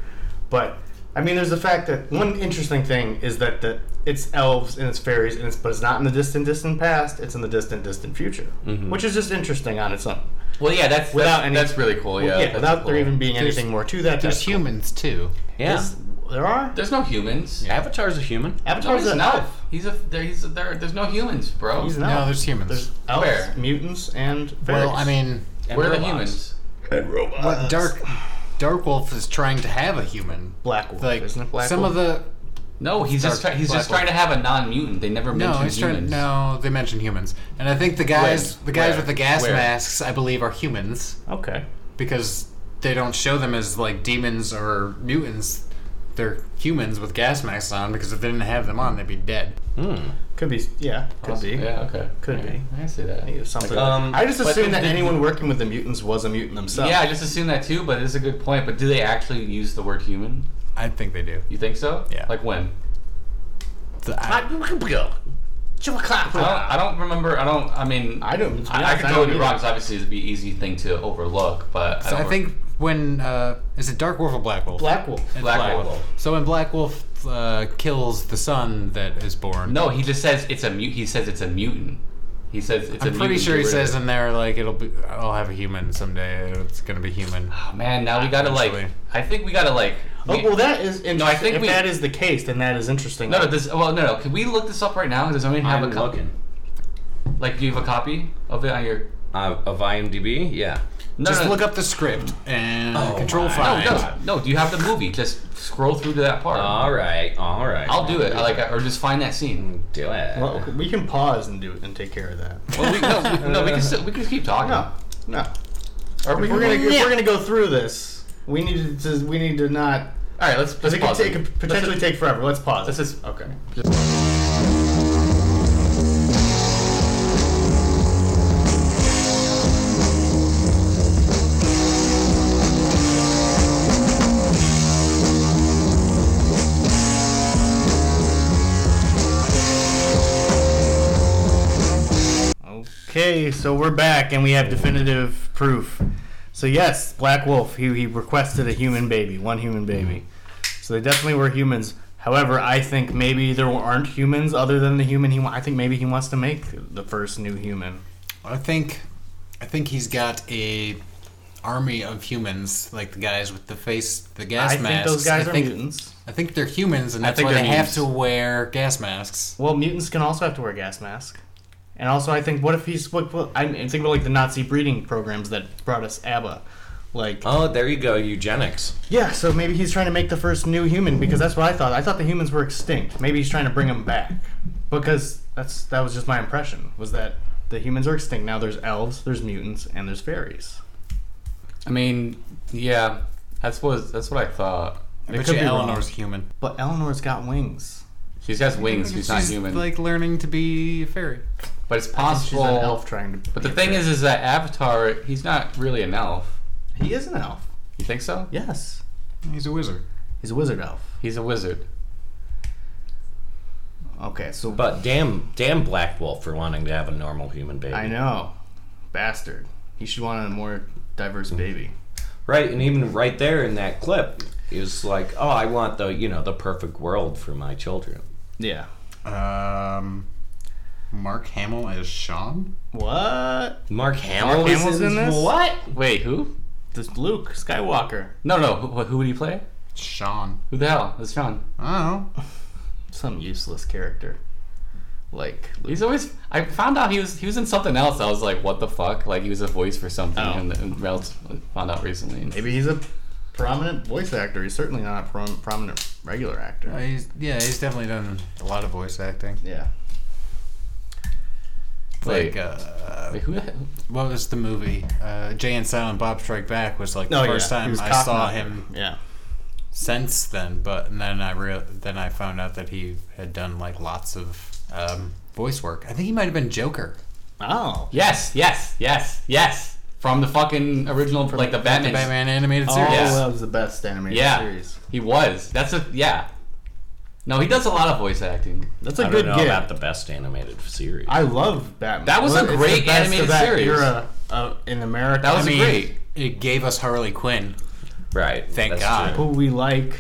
A: but I mean, there's the fact that one interesting thing is that that it's elves and it's fairies and it's but it's not in the distant distant past. It's in the distant distant future, which is just interesting on its own.
D: Well, yeah, that's
A: Without
D: without
A: any-
D: That's really cool.
A: Yeah,
D: Yeah. that's
A: without
D: cool.
A: there even being anything more to that.
C: There's
A: that's cool.
C: humans too.
B: Yeah.
A: Is- there are.
D: There's no humans.
B: Avatar's a human.
D: No,
A: Avatar's
D: he's
A: an
D: not.
A: elf.
D: He's a. There, he's a, there. There's no humans, bro.
A: He's an
C: No,
A: elf.
C: there's humans.
A: There's elves,
D: Where?
A: mutants, and fairies.
C: well, I mean,
B: And
D: Where are the
B: robots.
D: humans?
A: and robots.
C: what dark Dark Wolf is trying to have a human.
A: Black Wolf,
C: Like
A: isn't it? Black
C: some
A: Wolf?
C: of the
D: No, he's just
C: Dark
D: try- he's just
C: Black
D: trying to have a non-mutant. They never
C: no,
D: mention
C: he's trying.
D: humans.
C: No, they mention humans, and I think the guys,
D: Where?
C: the guys
D: Where?
C: with the gas
D: Where?
C: masks, I believe, are humans
A: okay.
C: because they don't show them as like demons or mutants. They're humans with gas masks on because if they didn't have them on, they'd be dead.
B: Hmm.
A: Could be. Yeah. Could be.
D: Yeah, okay.
A: Could
D: Okay,
A: be.
D: I can see that.
A: Maybe it's something.
B: Um,
A: I just
D: but
A: assumed that
D: the-
A: anyone working with the mutants was a mutant themselves.
D: Yeah, I just assumed that too, but it's a good point. But do they actually use the word human?
C: I think they do.
D: You think so?
C: Yeah.
D: Like when?
C: The- I-
D: I don't, I don't remember. I don't. I mean,
A: I don't.
D: I, I could
A: don't
D: totally be
A: either.
D: wrong. 'cause obviously, it'd be an easy thing to overlook. But
C: So
D: don't
C: I
D: re-
C: think when uh, is it Dark Wolf or Black Wolf?
A: Black Wolf.
C: It's
D: Black Wolf.
C: So when Black Wolf uh, kills the son that is born,
D: no. He just says it's a mute. He says it's a mutant. He says it's a.
C: I'm pretty
D: mutant,
C: sure he
D: get rid of
C: says
D: it.
C: in there like it'll be I'll have a human someday. It's gonna be human.
D: Oh, man, now we gotta like.
C: Actually.
D: I think we gotta like.
A: Oh,
D: we-
A: well, that is interesting.
D: No, I think
A: if
D: we-
A: that is the case, then that is interesting.
D: no, no. This. Well, no, no. Can we look this up right now? Does anyone have
B: I'm
D: a copy?
B: looking.
D: Like, do you have a copy of it on your?
B: Uh, of IMDb, yeah.
D: No,
C: Just
D: no,
C: look up the script and control
B: my
C: five.
D: No, no, no. Do you have the movie? Just scroll through to that part.
B: All right, all right.
D: I'll do it. I like, or just find that scene.
B: Do it.
A: Well, okay, we can pause and do and take care of that.
D: Well, we, no, we, no, we can still, we can keep talking.
A: No, no.
D: Or we
A: If
D: can,
A: we're gonna if we're gonna go through this, we need to we need to not.
D: All right, let's
A: 'cause
D: let's
A: It could,
D: pause.
A: take, it could potentially take forever. Let's pause.
D: Let's
A: This is
D: just okay.
A: okay. So we're back and we have definitive proof. So yes, Black Wolf. He he requested a human baby, one human baby. So they definitely were humans. However, I think maybe there aren't humans other than the human he. wa- I think maybe he wants to make the first new human.
C: I think I think he's got a army of humans, like the guys with the face, the gas
A: I
C: masks.
A: think those guys
C: I
A: are
C: think,
A: mutants.
C: I think they're humans, and that's
D: think
C: why
D: they're
C: they have
D: mutants.
C: to wear gas masks.
A: Well, mutants can also have to wear a gas mask. And also, I think, what if he's. What, what, I'm thinking about like the Nazi breeding programs that brought us ABBA. Like,
B: oh, there you go, eugenics.
A: yeah, so maybe he's trying to make the first new human because that's what I thought. I thought the humans were extinct. Maybe he's trying to bring them back because that's that was just my impression was that the humans are extinct now. There's elves, there's mutants, and there's fairies.
D: I mean, yeah, that's what that's what I thought.
A: It
C: But
A: could
C: you
A: be wrong.
C: Eleanor's human.
A: But Eleanor's got wings.
D: She has wings. She's not human,
C: Like learning to be a fairy.
D: but it's
A: I think She's
D: possible.
A: an elf trying to.
D: But the thing is, is that Avatar, he's not really an elf.
A: he is an elf.
D: You think so?
A: Yes,
C: He's a wizard.
A: he's a wizard elf.
D: He's a wizard.
A: Okay, so
B: But damn, damn Black Wolf for wanting to have a normal human baby.
A: I know. Bastard. He should want a more diverse baby.
B: Right, and even right there in that clip is like, oh, I want the you know the perfect world for my children.
A: Yeah.
C: Um, Mark Hamill as Sean.
A: What?
B: Mark Hamill is
A: Hamill's in this?
B: What?
D: Wait, who?
A: This Luke Skywalker.
D: No, no. Who, who would he play?
C: Sean.
D: Who the hell is Sean?
C: I don't know.
A: Some useless character. Like Luke.
D: He's always. I found out he was he was in something else. I was like, what the fuck? Like he was a voice for something,
A: Oh.
D: and, and Rel found out recently.
A: Maybe he's a prominent voice actor. He's certainly not a prom- prominent regular actor.
C: Uh, he's, yeah, he's definitely done a lot of voice acting.
A: Yeah.
D: Wait.
C: Like, uh,
D: Wait, who? the hell-
C: what was the movie? Uh, Jay and Silent Bob Strike Back was like the
A: Oh,
C: first
A: yeah. He
C: time
A: was
C: I
A: cock
C: saw
A: knocker.
C: him
A: Yeah.
C: since then. But and then I real then I found out that he had done like lots of um, voice work. I think he might have been Joker.
A: Oh.
D: Yes, yes, yes, yes. From the fucking original, like the
C: The
D: Batman.
C: Batman animated series.
A: Oh,
D: Yeah.
A: that was the best animated
D: Yeah,
A: series.
D: he was. That's a yeah. No, he does a lot of voice acting.
A: That's
B: I
A: a
B: don't
A: good
B: know
A: gift.
B: about the best animated series.
A: I love Batman.
D: That was a
A: It's the
D: great
A: best of
D: animated
A: that
D: series.
A: Era, uh, in America.
D: That was
A: I mean,
D: great.
C: It gave us Harley Quinn.
B: right.
C: Thank
B: that's
C: God.
B: true.
A: who we like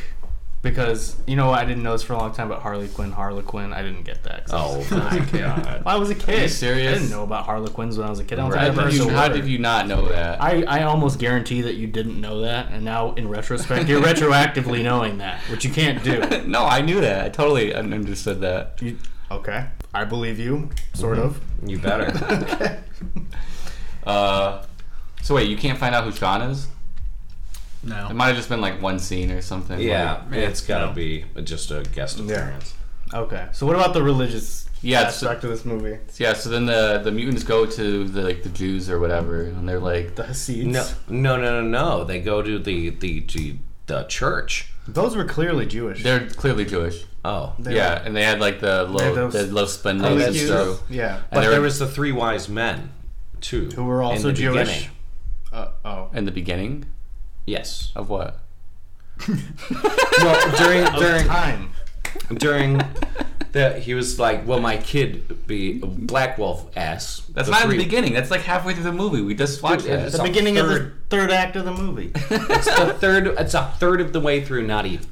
A: because you know what, I didn't know this for a long time, but Harlequin, Harlequin, I didn't get that. 'cause I was-
B: Oh [laughs] my God.
A: I was a kid.
D: you serious?
A: I didn't know about Harlequins when I was a kid. I don't
D: How
A: think I
D: did, you, how did you not know that?
A: I, I almost guarantee that you didn't know that, and now in retrospect,
D: [laughs]
A: you're retroactively knowing that, which you can't do.
D: no, I knew that. I totally un- understood that.
A: You, okay, I believe you, sort of.
D: Mm-hmm.
B: You better.
D: Uh, so wait, you can't find out who Sean is?
C: No.
D: It might have just been like one scene or something.
B: Yeah,
D: like-
B: it's gotta be just a guest appearance.
A: Okay. So what about the religious
D: Yeah, it's-
A: aspect of this movie?
D: yeah. So then the the mutants go to the like the Jews or whatever, and they're like,
A: The Hasids.
B: No, no, no, no, no. They go to the the the, the church.
A: Those were clearly Jewish.
D: they're clearly Jewish.
B: Oh,
A: They
D: yeah, and they had like the
A: They had
D: low
A: those-
D: the low
A: were
D: spending
B: that's
D: and
A: accused-
D: stuff.
A: Yeah.
B: but
D: they're-
B: there was the three wise men, too,
A: Who were
B: in
A: also
B: the
A: Jewish.
B: beginning.
A: Uh, oh.
D: In the beginning
B: Yes.
D: of what?
B: well, [laughs] during during
A: Time.
B: during that he was like, "Will my kid be Black Wolf?" Ass.
D: That's not in the beginning. That's like halfway through the movie. We just watched
B: Dude,
D: it.
B: it's
D: [laughs]
A: The
B: a
A: beginning of the
B: third-
A: third act of the movie.
B: It's the third. It's a third of the way through. Not even.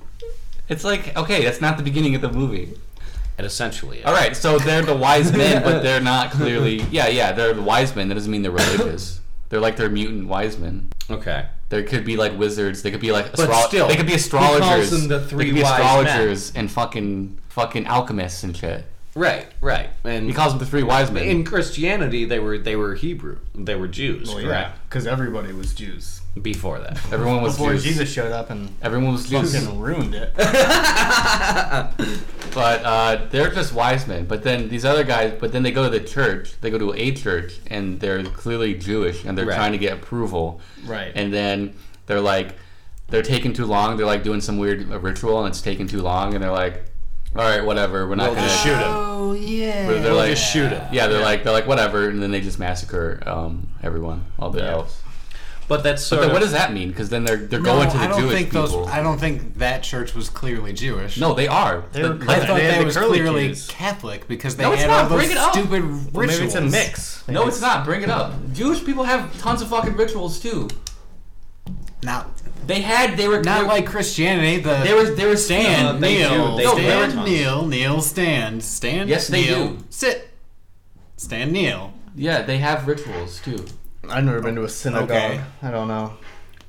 D: It's like okay, that's not the beginning of the movie.
B: It essentially. Is.
D: All right, so they're the wise men, but they're not [laughs] clearly. Yeah, yeah, they're the wise men. That doesn't mean [coughs] they're religious. They're like they're mutant wise men.
B: Okay.
D: There could be like wizards. They could be like
B: But
D: astrologers.
B: still,
D: they could be
B: he calls
D: astrologers.
B: them the
D: they
B: three
D: could be
B: wise
D: astrologers and fucking fucking alchemists and shit.
B: Right. Right. And
D: He calls them the three wise men.
B: in Christianity, they were they were Hebrew. They were Jews. correct.
A: Because everybody was Jews.
B: Before that.
D: Everyone was
A: Before
D: Jews.
A: Jesus showed up and
D: Everyone was Jews.
A: fucking ruined it.
D: But uh, they're just wise men. But then these other guys, but then they go to the church. They go to a church, and they're clearly Jewish, and they're
B: Right.
D: trying to get approval.
A: Right.
D: And then they're like, they're taking too long. They're like doing some weird uh, ritual, and it's taking too long. And they're like, all right, whatever. We're not
B: We'll
D: gonna
B: just shoot him.
C: Oh yeah.
D: But they're like,
B: just shoot him.
D: Yeah, they're like, they're like, whatever. And then they just massacre um, everyone, all the elves.
B: But that's sort
D: But then
B: of
D: what does that mean? Because then they're they're
C: No,
D: going to the
C: I don't
D: Jewish
C: think
D: people.
C: those. I don't think that church was clearly Jewish.
D: no, they are.
A: They were
D: But-
A: clearly-
C: I thought
A: They had
C: that
A: the
C: was
A: curly
C: clearly
A: cues.
C: Catholic because they
D: No, it's
C: had
D: not.
C: all those
D: Bring it up.
C: stupid rituals.
A: Well, maybe it's a mix.
D: no, it's not. Bring it up. Jewish people have tons of fucking rituals too.
C: Not,
D: They had. They were
C: not
D: they-
C: like Christianity. The
D: There was- there was-
B: No,
C: stand,
B: they do.
C: kneel,
B: They
D: Uh, do.
C: stand,
D: There was-
C: kneel, kneel, stand, stand.
D: Yes, they
C: kneel,
D: do.
C: Sit, stand, kneel.
D: Yeah, they have rituals too.
A: I've never been to a synagogue.
C: Okay.
A: I don't know.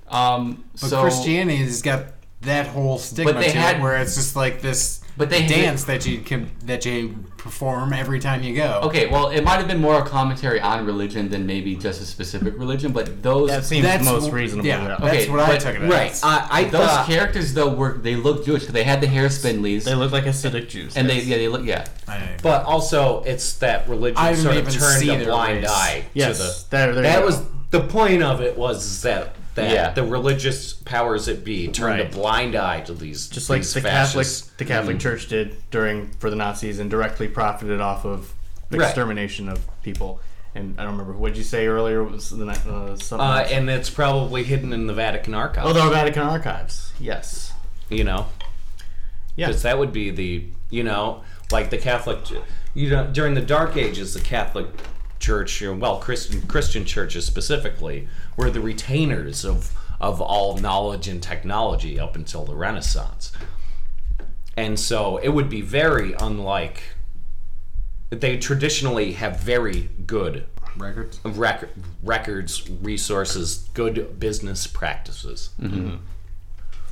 D: Um,
C: But
D: so
C: Christianity's got that whole stigma
D: But they
C: to
D: had-
C: it, where it's just like this
D: But they had-
C: dance that you can that you perform every time you go.
D: okay, well, it might have been more a commentary on religion than maybe just a specific religion, but those
A: That seems
C: That's
A: most
C: w-
A: reasonable.
C: yeah,
A: route.
C: that's
D: Okay,
C: what I
D: but-
C: took it as.
B: right. I, I
D: those
B: thought
D: characters though were they looked Jewish because they had the hair spindlies
A: They look like Hasidic Jews.
D: and they
A: yes.
D: yeah they look yeah.
C: I-
B: But also, it's that religion
C: I haven't
B: sort of
C: even
B: turned
C: seen
B: a
C: their
B: blind
C: race.
B: eye
A: Yes,
B: to the.
A: there- there you
B: that
A: go.
B: was the point of it. Was that that
D: Yeah.
B: the religious powers that be turned
A: Right.
B: a blind eye to these
A: just like
B: these
A: the Catholic
B: fascists.
A: the Catholic Church did during for the Nazis and directly profited off of the
B: Right.
A: extermination of people. And I don't remember what did you say earlier It was the na- uh, something.
B: Uh,
A: else.
B: and it's probably hidden in the Vatican archives.
A: oh, the Vatican archives. Yes.
B: you know,
A: Yeah.
B: because that would be the you know like the Catholic. You know, during the Dark Ages, the Catholic Church, or well, Christian Christian churches specifically, were the retainers of of all knowledge and technology up until the Renaissance. And so it would be very unlike. They traditionally have very good
C: records.
B: rec- records, resources, good business practices.
A: Mm-hmm.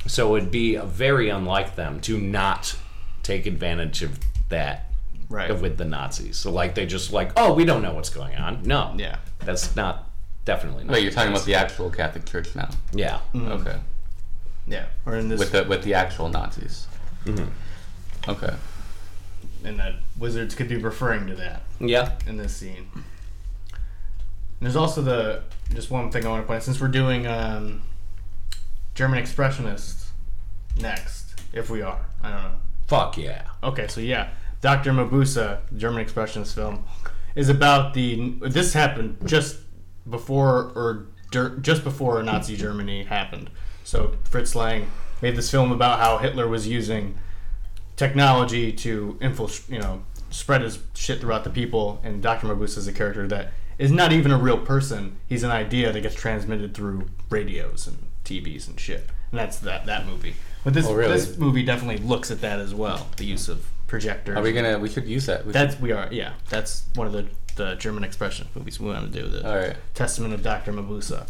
B: So it'd be very unlike them to not take advantage of that
A: Right.
B: with the Nazis. So like they just like, oh, we don't know what's going on. No,
A: Yeah.
B: that's not definitely not.
D: Wait, you're talking about the actual Catholic Church now?
B: yeah,
A: mm.
D: Okay,
A: Yeah. Or in this
D: with the with the actual Nazis. Okay.
A: and that wizards could be referring to that.
B: yeah.
A: in this scene. And there's also the just one thing I want to point out since we're doing um, German Expressionists next, if we are, I don't know.
B: Fuck yeah.
A: Okay, so yeah, Dr. Mabusa, German Expressionist film, is about the. This happened just before or dur- just before Nazi Germany happened. So Fritz Lang made this film about how Hitler was using technology to infiltrate, you know, spread his shit throughout the people. And Dr. Mabusa is a character that is not even a real person. He's an idea that gets transmitted through radios and TVs and shit. And that's that that movie. But this
D: Oh, really?
A: this movie definitely looks at that as well. The use of projectors.
D: Are we gonna? We should use that. We
A: That's we are. Yeah, that's one of the the German expression movies we want to do. The
D: All right.
A: Testament of Dr. Mabusa.
D: should-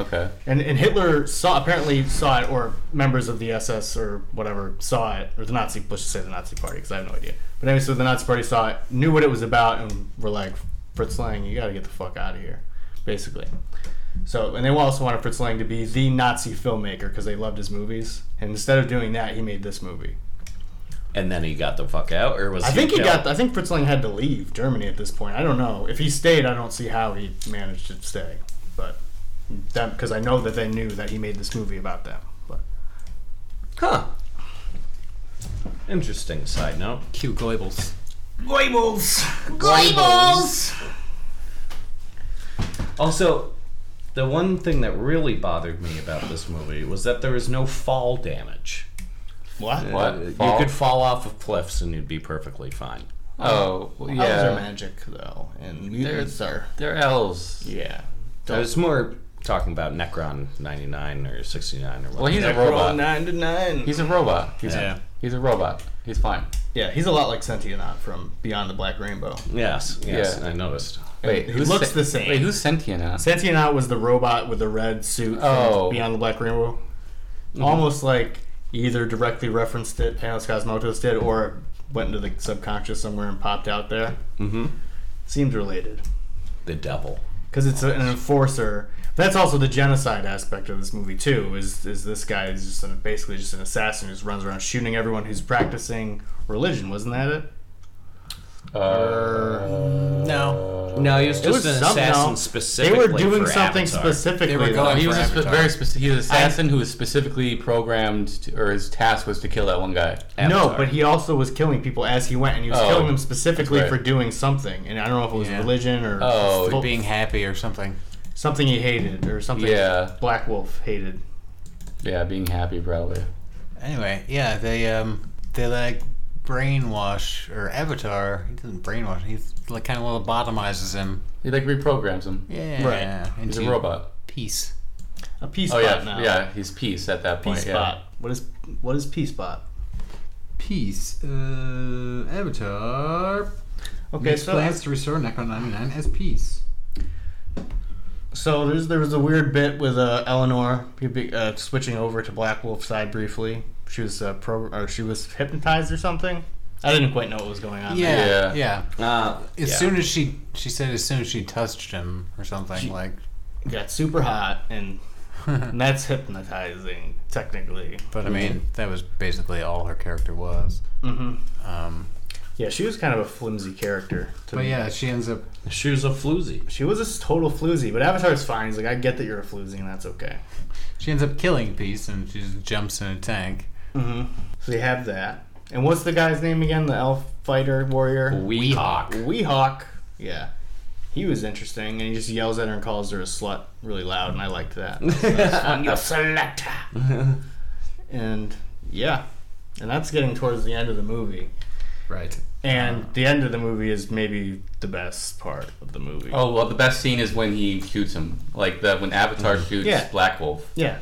D: okay.
A: And, and Hitler saw apparently saw it, or members of the SS or whatever saw it, or the Nazi. Let's just say the Nazi Party, because I have no idea. But anyway, so the Nazi Party saw it, knew what it was about, and were like, "Fritz Lang, you got to get the fuck out of here," basically. So, and they also wanted Fritz Lang to be the Nazi filmmaker because they loved his movies. And instead of doing that, he made this movie.
B: And then he got the fuck out, or was
A: I
B: he
A: think he
B: killed?
A: got. I think Fritz Lang had to leave Germany at this point. I don't know if he stayed. I don't see how he managed to stay, but that because I know that they knew that he made this movie about them. But
B: Huh. Interesting side note.
C: Q Goebbels.
B: Goebbels. Also, the one thing that really bothered me about this movie was that there was no fall damage.
A: what?
D: What?
B: Uh,
D: Fall?
B: You could fall off of cliffs and you'd be perfectly fine.
D: Oh, well,
A: Elves are
D: yeah.
A: magic though, and mutants are
D: They're elves.
A: yeah.
B: I was more talking about Necron 99 or 69 or whatever.
D: Well, he's a robot.
A: nine to nine.
D: He's a robot. He's
C: Yeah.
D: he's a robot. He's fine.
A: yeah, he's a lot like Sentient from Beyond the Black Rainbow.
B: yes, yes,
D: Yeah.
B: I noticed.
D: Wait,
A: he
D: who's
A: looks the same.
D: Wait, who's sentient? Now?
A: Sentient was the robot with the red suit from
D: Oh.
A: Beyond the Black Rainbow.
B: Mm-hmm.
A: Almost like either directly referenced it, Panos Cosmotos did, or it went into the subconscious somewhere and popped out there.
B: Mm-hmm.
A: Seems related.
B: The devil.
A: Because it's an enforcer. That's also the genocide aspect of this movie too. Is is this guy is just an, basically just an assassin who just runs around shooting everyone who's practicing religion? Wasn't that it?
C: No.
B: No, he was
A: It
B: just
A: was
B: an
A: some-
B: assassin
A: no, They
B: specifically.
A: were doing
B: for
A: something
B: Avatar.
A: specifically.
C: They were
A: though.
C: going-
D: He was a
C: Avatar.
D: spe- very specific. He's an assassin who was specifically programmed, to, or his task was to kill that one guy.
A: No,
B: Avatar.
A: but he also was killing people as he went, and he was
D: Oh,
A: killing them specifically
D: that's
A: for
D: right.
A: doing something. And I don't know if it was
C: Yeah.
A: religion or
D: Oh,
A: fo-
C: Being happy or something.
A: something he hated or something
D: Yeah.
A: Black Wolf hated.
D: Yeah, being happy probably.
C: Anyway, yeah, they um they like brainwash or Avatar. He doesn't brainwash. He's like kind of lobotomizes him.
D: He like reprograms him.
C: Yeah.
D: He's
C: Into
D: a robot.
C: Peace.
A: A peace
D: Oh
A: bot
D: yeah,
A: now.
D: yeah. He's peace at that point.
A: peace
D: yeah.
A: bot. What is what is peace bot?
C: Peace. Uh, Avatar
A: Okay, so
C: to restore Necron 99 as peace.
A: so there's there was a weird bit with uh, Eleanor be- be- uh, switching over to Black Wolf side briefly. She was uh, pro or she was hypnotized or something. I didn't quite know what was going on. there.
C: Yeah,
D: Yeah.
C: yeah.
B: Uh,
C: As
B: yeah.
C: soon as she, she said, as soon as she touched him or something like,
A: got super hot
C: [laughs]
A: and. and that's hypnotizing, technically.
C: but I mean, that was basically all her character was.
D: Mm-hmm.
A: hmm
C: Um,
A: Yeah, she was kind of a flimsy character. To
C: but
A: me.
C: yeah, she ends up.
B: she was a floozy.
A: she was a s- total floozy. But Avatar's fine. He's like, I get that you're a floozy, and that's okay.
C: She ends up killing Peace, and she just jumps in a tank.
A: Mm-hmm. So you have that. And what's the guy's name again? The elf fighter warrior?
B: Weehawk.
A: Weehawk. Yeah. He was interesting, and he just yells at her and calls her a slut really loud, and I liked that. I'm your slut. and yeah. And that's getting towards the end of the movie.
C: Right.
A: And the end of the movie is maybe the best part of the movie.
D: Oh well, the best scene is when he shoots him, like the when Avatar shoots
A: Yeah.
D: Black Wolf,
A: Yeah.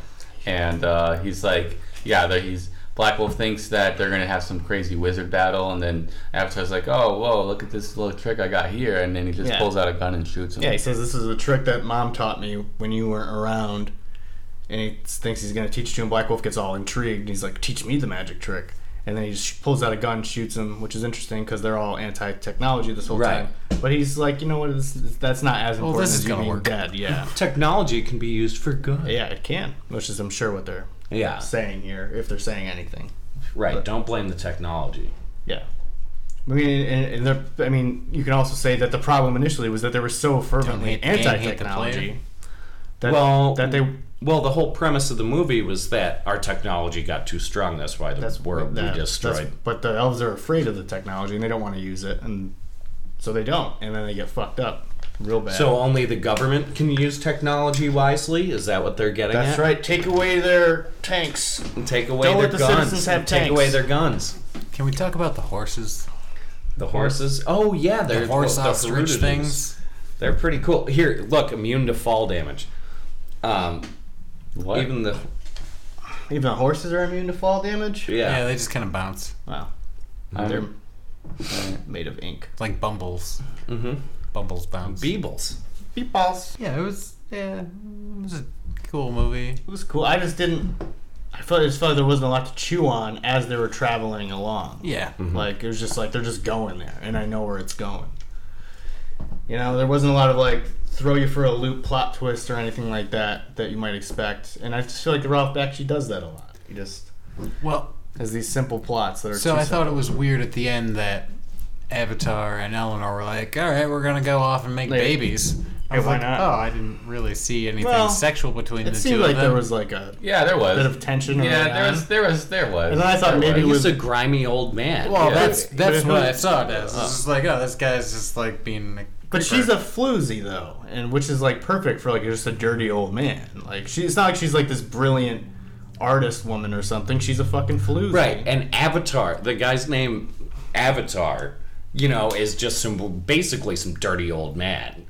D: and uh, he's like, yeah, there- he's Black Wolf thinks that they're gonna have some crazy wizard battle, and then Avatar's like, oh whoa, look at this little trick I got here, and then he just
A: Yeah.
D: pulls out a gun and shoots him.
A: Yeah, he says this is a trick that mom taught me when you weren't around, and he thinks he's gonna teach it to him. Black Wolf gets all intrigued, and he's like, "Teach me the magic trick." And then he just pulls out a gun, shoots him, which is interesting because they're all anti-technology this whole
B: Right.
A: time. But he's like, you know what? This, that's not as important
C: this
A: as
C: is
A: you
C: gonna
A: being
C: work.
A: dead.
C: [laughs]
A: Yeah,
B: Technology can be used for good.
A: yeah, it can, which is I'm sure what they're
B: Yeah,
A: saying here, if they're saying anything.
B: right. Don't blame the technology.
A: Yeah. I mean, and, and they're- I mean, you can also say that the problem initially was that they were so fervently
C: hate- hate- hate the
A: anti-technology
C: player.
A: that,
B: Well-
A: that they
B: Well, the whole premise of the movie was that our technology got too strong. That's why the
A: That's
B: world
A: that-
B: we destroyed.
A: that's- But the elves are afraid of the technology and they don't want to use it, and so they don't, and then they get fucked up real bad.
B: So only the government can use technology wisely. Is that what they're getting
A: that's
B: at?
A: right. Take away their tanks.
B: right. Take away
A: Don't
B: their
A: let the
B: guns.
A: citizens have
B: take
A: tanks.
B: away their guns.
C: Can we talk about the horses?
B: The horses. Oh yeah, they're
C: The horse
B: the,
C: ostrich
B: Ferudinans.
C: things?
B: They're pretty cool. Here, look, immune to fall damage. Um,
D: What?
B: even the
A: Even the horses are immune to fall damage.
C: Yeah,
B: yeah.
C: they just kind of bounce
A: Wow,
D: I'm-
A: they're made of ink.
C: like bumbles.
B: Mm-hmm.
C: Bumbles bounce.
B: Beebles.
A: Beatballs.
C: yeah, it was. Yeah, it was a cool movie.
A: It was cool. I just didn't. I felt I just felt there wasn't a lot to chew on as they were traveling along.
C: Yeah.
B: Mm-hmm.
A: Like it was just like they're just going there, and I know where it's going. You know, there wasn't a lot of like throw you for a loop plot twist or anything like that that you might expect. And I just feel like Ralph actually does that a lot. He just
C: Well,
A: has these simple plots that are
C: so
A: too
C: I thought it
A: simple.
C: was weird at the end that Avatar and Eleanor were like, "All right, we're gonna go off and make
A: Like-
C: babies." I
A: Yeah,
C: was
A: why
C: like,
A: not?
C: "Oh, I didn't really see anything
A: Well,
C: sexual between
A: It
C: the
A: seemed
C: two
A: like
C: of them."
A: there was like a
D: Yeah, there was.
A: bit of tension. early
D: yeah, there
A: on.
D: was, there was, there was.
A: And then I thought
D: There
A: maybe
D: was.
B: He's a grimy old man.
C: well,
D: Yeah.
C: that's
A: But
C: that's
A: who-
C: what I saw. It as. It's just like, oh, this guy's just like being. A
A: But she's a floozy though, and which is like perfect for like just a dirty old man. Like she, it's not like she's like this brilliant artist woman or something. She's a fucking floozy.
B: Right, and Avatar, the guy's name Avatar, you know, is just some basically some dirty old man.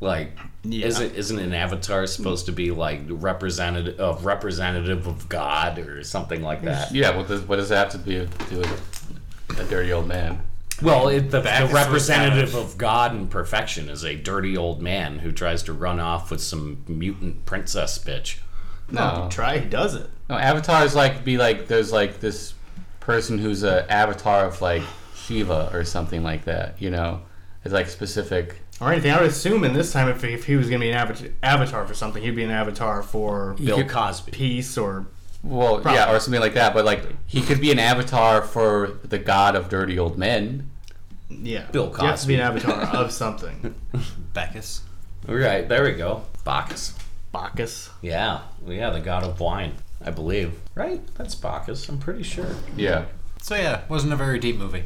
B: Like, isn't isn't an avatar supposed to be like representative of representative of God or something like that?
D: Yeah, what does, what does it have to be to do with a dirty old man?
B: Well, it, the, the
C: is
B: representative of God and perfection is a dirty old man who tries to run off with some mutant princess bitch.
D: No,
A: Try, he does it.
D: no. Avatar is like be like there's like this person who's a avatar of like Shiva or something like that. You know, it's like specific.
A: Or anything. I would assume in this time, if, if he was going to be an avatar, avatar for something, he'd be an avatar for
B: Bill Cosby.
A: peace or.
D: Well, yeah, or something like that. But like he could be an avatar for the god of dirty old men.
A: Yeah.
B: Bill
A: You have to be an
B: Cosby.
D: [laughs]
A: avatar of something.
C: Bacchus.
B: All right, there we go. Bacchus.
A: Bacchus.
B: Yeah, yeah, the god of wine, I believe. Right? That's Bacchus, I'm pretty sure.
D: Yeah,
C: So yeah, wasn't a very deep movie.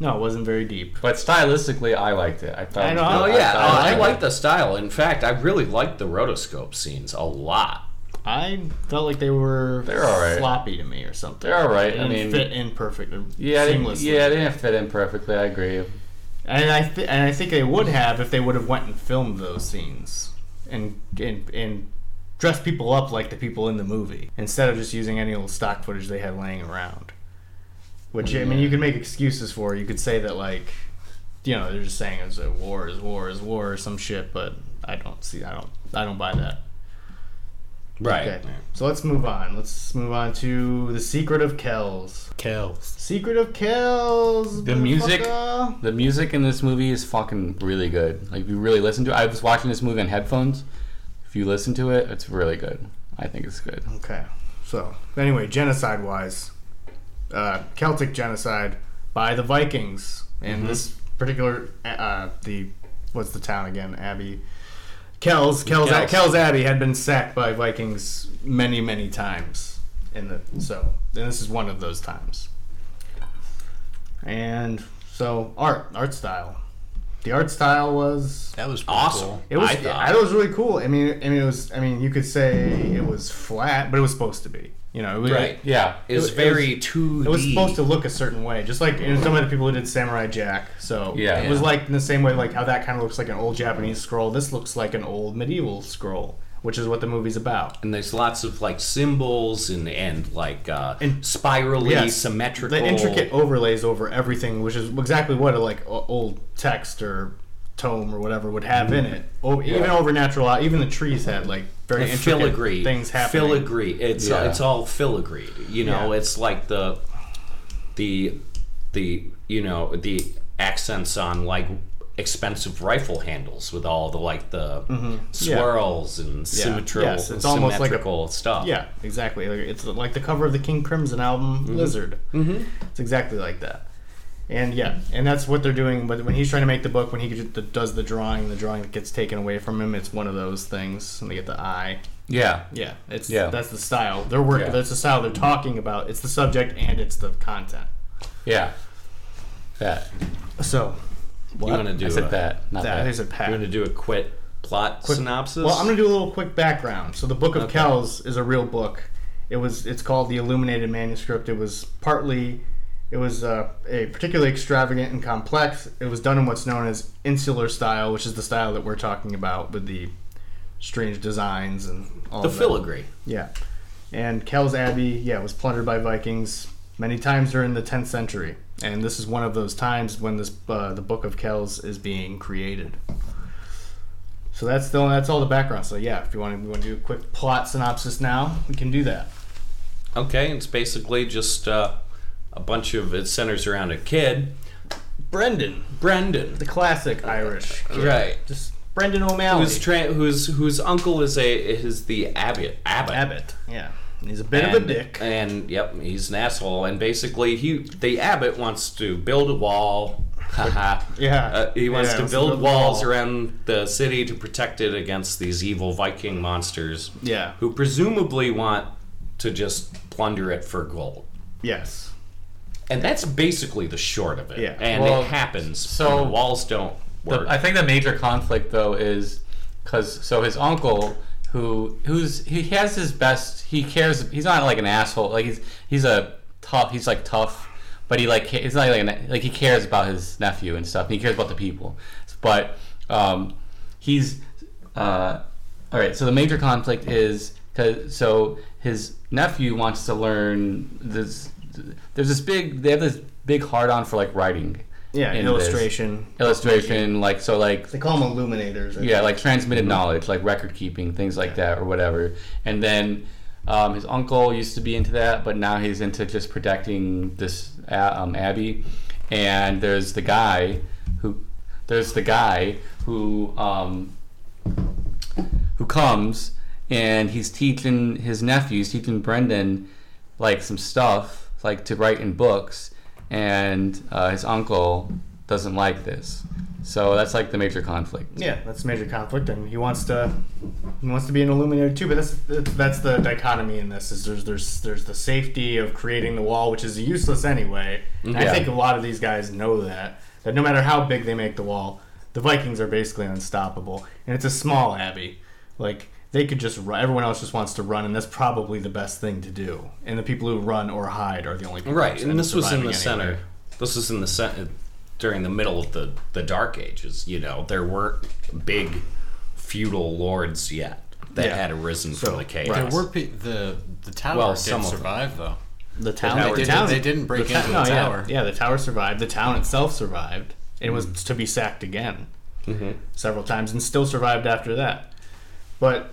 A: No, it wasn't very deep.
D: but stylistically, I liked it. I thought.
A: I
D: it was
A: know,
B: Oh,
D: good.
B: yeah,
D: thought it
B: I,
D: was
B: like
D: good.
B: the style. In fact, I really like the rotoscope scenes a lot.
A: I felt like they were
D: They're all right.
A: sloppy to me or something.
D: They're all right.
A: They
D: I
A: didn't
D: mean-
A: fit in perfect.
D: Yeah, they,
A: seamlessly.
D: yeah, they didn't fit in perfectly. I agree.
A: And I th- and I think they would have if they would have went and filmed those scenes and and and dressed people up like the people in the movie instead of just using any old stock footage they had laying around. Which I mean, you can make excuses for. You could say that like, you know, they're just saying it's a war is war is war or some shit. But I don't see. I don't. I don't buy that.
B: Right.
A: Okay. So let's move on. Let's move on to the Secret of Kells.
C: Kills.
A: Secret of Kells.
D: The music-
A: motherfucker.
D: The music in this movie is fucking really good. Like if you really listen to it, I was watching this movie on headphones. If you listen to it, it's really good. I think it's good.
A: Okay. So, anyway, genocide wise, uh, Celtic genocide by the Vikings. And this particular, uh, the, what's the town again? Abbey. Kells, Kells,
B: Kells.
A: Kells Abbey had been sacked by Vikings many, many times. In the, so, and this is one of those times. And so, art, art style. The art style was
C: That was pretty
B: Awesome.
C: Cool.
A: it was.
B: I
A: I
B: thought.
A: thought it was really cool. I mean, I mean, it was. I mean, you could say it was flat, but it was supposed to be. You know, it was,
B: Right.
D: Yeah.
B: It was
A: it
B: very 2D.
A: It was supposed to look a certain way, just like and some of the people who did Samurai Jack. So
D: Yeah.
A: it was like in the same way, like how that kind of looks like an old Japanese scroll. This looks like an old medieval scroll, which is what the movie's about.
B: And there's lots of like symbols and and like uh,
A: And-
B: spirally
A: Yes.
B: symmetrical.
A: The intricate overlays over everything, which is exactly what a like o- old text or tome or whatever would have in
B: Mm-hmm.
A: it. Oh, Even over natural, light, even the trees had like very
B: and
A: intricate
B: filigree
A: things happening.
B: Filigree. It's uh,
D: Yeah.
B: it's all filigree. You know,
A: Yeah.
B: it's like the the the you know the accents on like expensive rifle handles with all the like the swirls and symmetrical
A: Mm-hmm. Yes, it's almost like a-
B: symmetrical stuff.
A: Yeah, exactly. Like, It's like the cover of the King Crimson album, Lizard. Mm-hmm. It's exactly like that. And yeah, and that's what they're doing. But when he's trying to make the book, when he gets- does the drawing, the drawing that gets taken away from him, it's one of those things, and they get the eye.
D: Yeah.
A: Yeah, it's
D: Yeah.
A: that's the style. They're working.
D: Yeah.
A: That's the style they're talking about. It's the subject and it's the content.
D: Yeah. That.
A: So,
B: You want to do
D: I
B: a,
D: said that. Not
A: that
D: that.
A: is a
B: You want
A: pack.
B: to do a quick plot synopsis?
A: Well, I'm gonna do a little quick background. So the Book of Kells is a real book. It was it's called the Illuminated Manuscript. It was partly it was uh, a particularly extravagant and complex. It was done in what's known as insular style, which is the style that we're talking about with the strange designs and all
B: the
A: of that.
B: filigree.
A: Yeah, and Kells Abbey, yeah, was plundered by Vikings many times during the 10th century, and this is one of those times when this uh, the Book of Kells is being created. So that's the that's all the background. So yeah, if you want to, we want to do a quick plot synopsis now, we can do that.
B: Okay, it's basically just uh, a bunch of it centers around a kid,
A: Brendan,
B: Brendan.
A: the classic Irish,
B: Right.
A: just Brendan O'Malley.
B: whose tra- whose whose uncle is a is the abbot abbot
A: Abbott. Yeah. He's a bit of a
B: and-
A: dick.
B: And yep, he's an asshole. And basically, he the abbot wants to build a wall. [laughs] Haha.
A: Yeah.
B: Uh, he wants
A: Yeah,
B: to
A: it's a
B: build
A: little
B: walls
A: wall.
B: around the city to protect it against these evil Viking monsters,
A: yeah.
B: who presumably want to just plunder it for gold.
A: Yes.
B: And that's basically the short of it.
A: Yeah.
B: And
D: Well,
B: it happens.
D: so-
B: and the walls don't work.
D: The, I think the major conflict though is because so his uncle who who's he has his best he cares he's not like an asshole like he's he's a tough he's like tough but he like it's not like an, like he cares about his nephew and stuff and he cares about the people but um, he's uh, all right so the major conflict is because so his nephew wants to learn this there's this big they have this big hard on for like writing
A: Yeah.
D: in this
A: illustration.
D: illustration, like so, like
A: They call them illuminators. I
D: yeah, like transmitted knowledge, like record keeping, things like that, or whatever. And then um, his uncle used to be into that, but now he's into just protecting this a- um, abbey. And there's the guy who there's the guy who um, who comes and he's teaching his nephews, teaching Brendan like some stuff like to write in books, and uh, his uncle doesn't like this. So that's like the major conflict.
A: Yeah, that's major conflict, and he wants to he wants to be an illuminator too. But that's that's the dichotomy in this is there's there's there's the safety of creating the wall, which is useless anyway. And I
D: Yeah.
A: think a lot of these guys know that that no matter how big they make the wall, the Vikings are basically unstoppable, and it's a small abbey. Like they could just run. Everyone else just wants to run, and that's probably the best thing to do. And the people who run or hide are the only people
B: Right,
A: who
B: and
A: end
B: this
A: up
B: was in the
A: surviving anyway.
B: center. This was in the center during the middle of the the Dark Ages. You know, there weren't big feudal lords yet that
A: Yeah.
B: had arisen
A: So,
B: from the chaos.
C: There were pe- the the tower
B: Well,
C: did
B: some of them.
C: survive though.
A: The town,
B: tower
A: they,
B: did-
A: town-
C: they didn't break
A: ta-
C: into the
A: yeah.
C: tower.
A: Yeah, the tower survived. The town itself survived. It was
C: Mm-hmm.
A: to be sacked again several times and still survived after that. But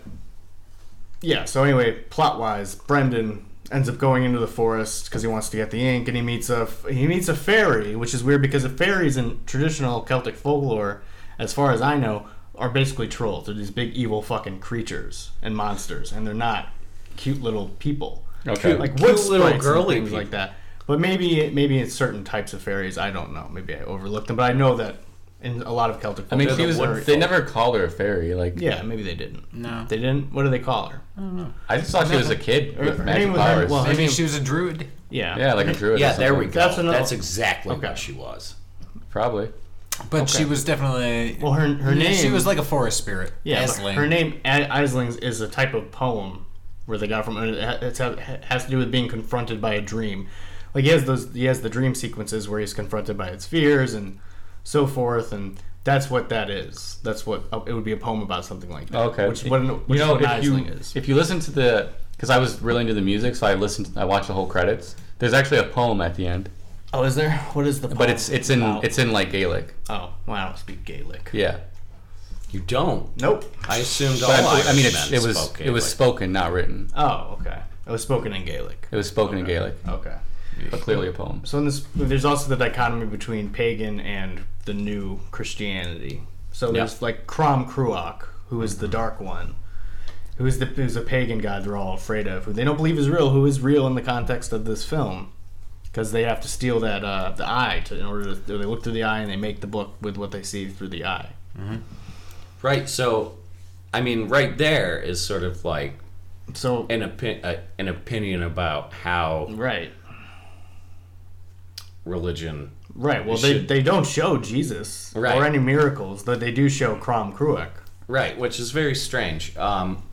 A: yeah, so anyway, plot wise, Brendan ends up going into the forest because he wants to get the ink, and he meets a he meets a fairy, which is weird because the fairies in traditional Celtic folklore, as far as I know, are basically trolls. They're these big evil fucking creatures and monsters, and they're not cute little people.
D: Okay.
A: like
B: Cute
A: wood
B: little
A: sprites and
B: girly
A: things like that. But maybe maybe in certain types of fairies, I don't know. Maybe I overlooked them, but I know that in a lot of Celtic.
D: I mean,
A: folklore,
D: she was.
A: they're-
D: They never called her a fairy. Like,
A: Yeah, maybe they didn't.
C: No.
A: they didn't. What do they call her?
D: I just thought she was a kid
A: Her-
D: with
A: her
D: magic
A: name was her-
D: powers.
A: well, her-
C: Maybe she was a druid.
A: Yeah,
D: yeah, like a druid. or
B: yeah, there we
D: something.
B: go.
A: That's
B: That's,
A: another-
B: exactly
A: Okay.
B: what she was.
D: Probably.
C: But she was definitely
A: Well, her- her
C: Yeah, She
A: name-
C: was like a forest spirit.
A: Yeah, but
C: Aisling.
A: her name A- Islings is a type of poem where they got from. and It ha- it's ha- has to do with being confronted by a dream. Like he has those, he has the dream sequences where he's confronted by his fears and so forth, and that's what that is. That's what uh, it would be a poem about something like that.
D: Okay.
A: which, what, an- which
D: you know,
A: is what an
D: if you
A: Aisling is.
D: if you listen to the, because I was really into the music, so I listened, I watched the whole credits. There's actually a poem at the end,
A: Oh, is there? What is the? Poem?
D: but it's it's in
A: about?
D: it's in like Gaelic.
A: oh, well, I don't speak Gaelic.
D: Yeah.
B: You don't.
A: Nope.
B: Oh, I assumed all.
D: But I, believe- I mean,
B: Irishmen
D: it, it was
B: spoke
D: it
B: Gaelic.
D: was spoken, not written.
A: Oh, okay. It was spoken in Gaelic.
D: It was spoken in Gaelic,
A: Okay.
D: but clearly a poem.
A: So in this, there's also the dichotomy between pagan and the new Christianity. So there's like Crom Cruach, who is the
B: Mm-hmm.
A: Dark One, who is the who's a pagan god they're all afraid of, who they don't believe is real, who is real in the context of this film, because they have to steal that uh, the eye to, in order to they look through the eye and they make the book with what they see through the eye.
B: right. So, I mean, right there is sort of like
A: So
B: an opin- uh, an opinion about how
A: right,
B: religion.
A: right. Well,
B: You
A: they,
B: should-
A: they don't show Jesus
B: Right.
A: or any miracles, but they do show Crom Cruach.
B: Right, which is very strange. Um,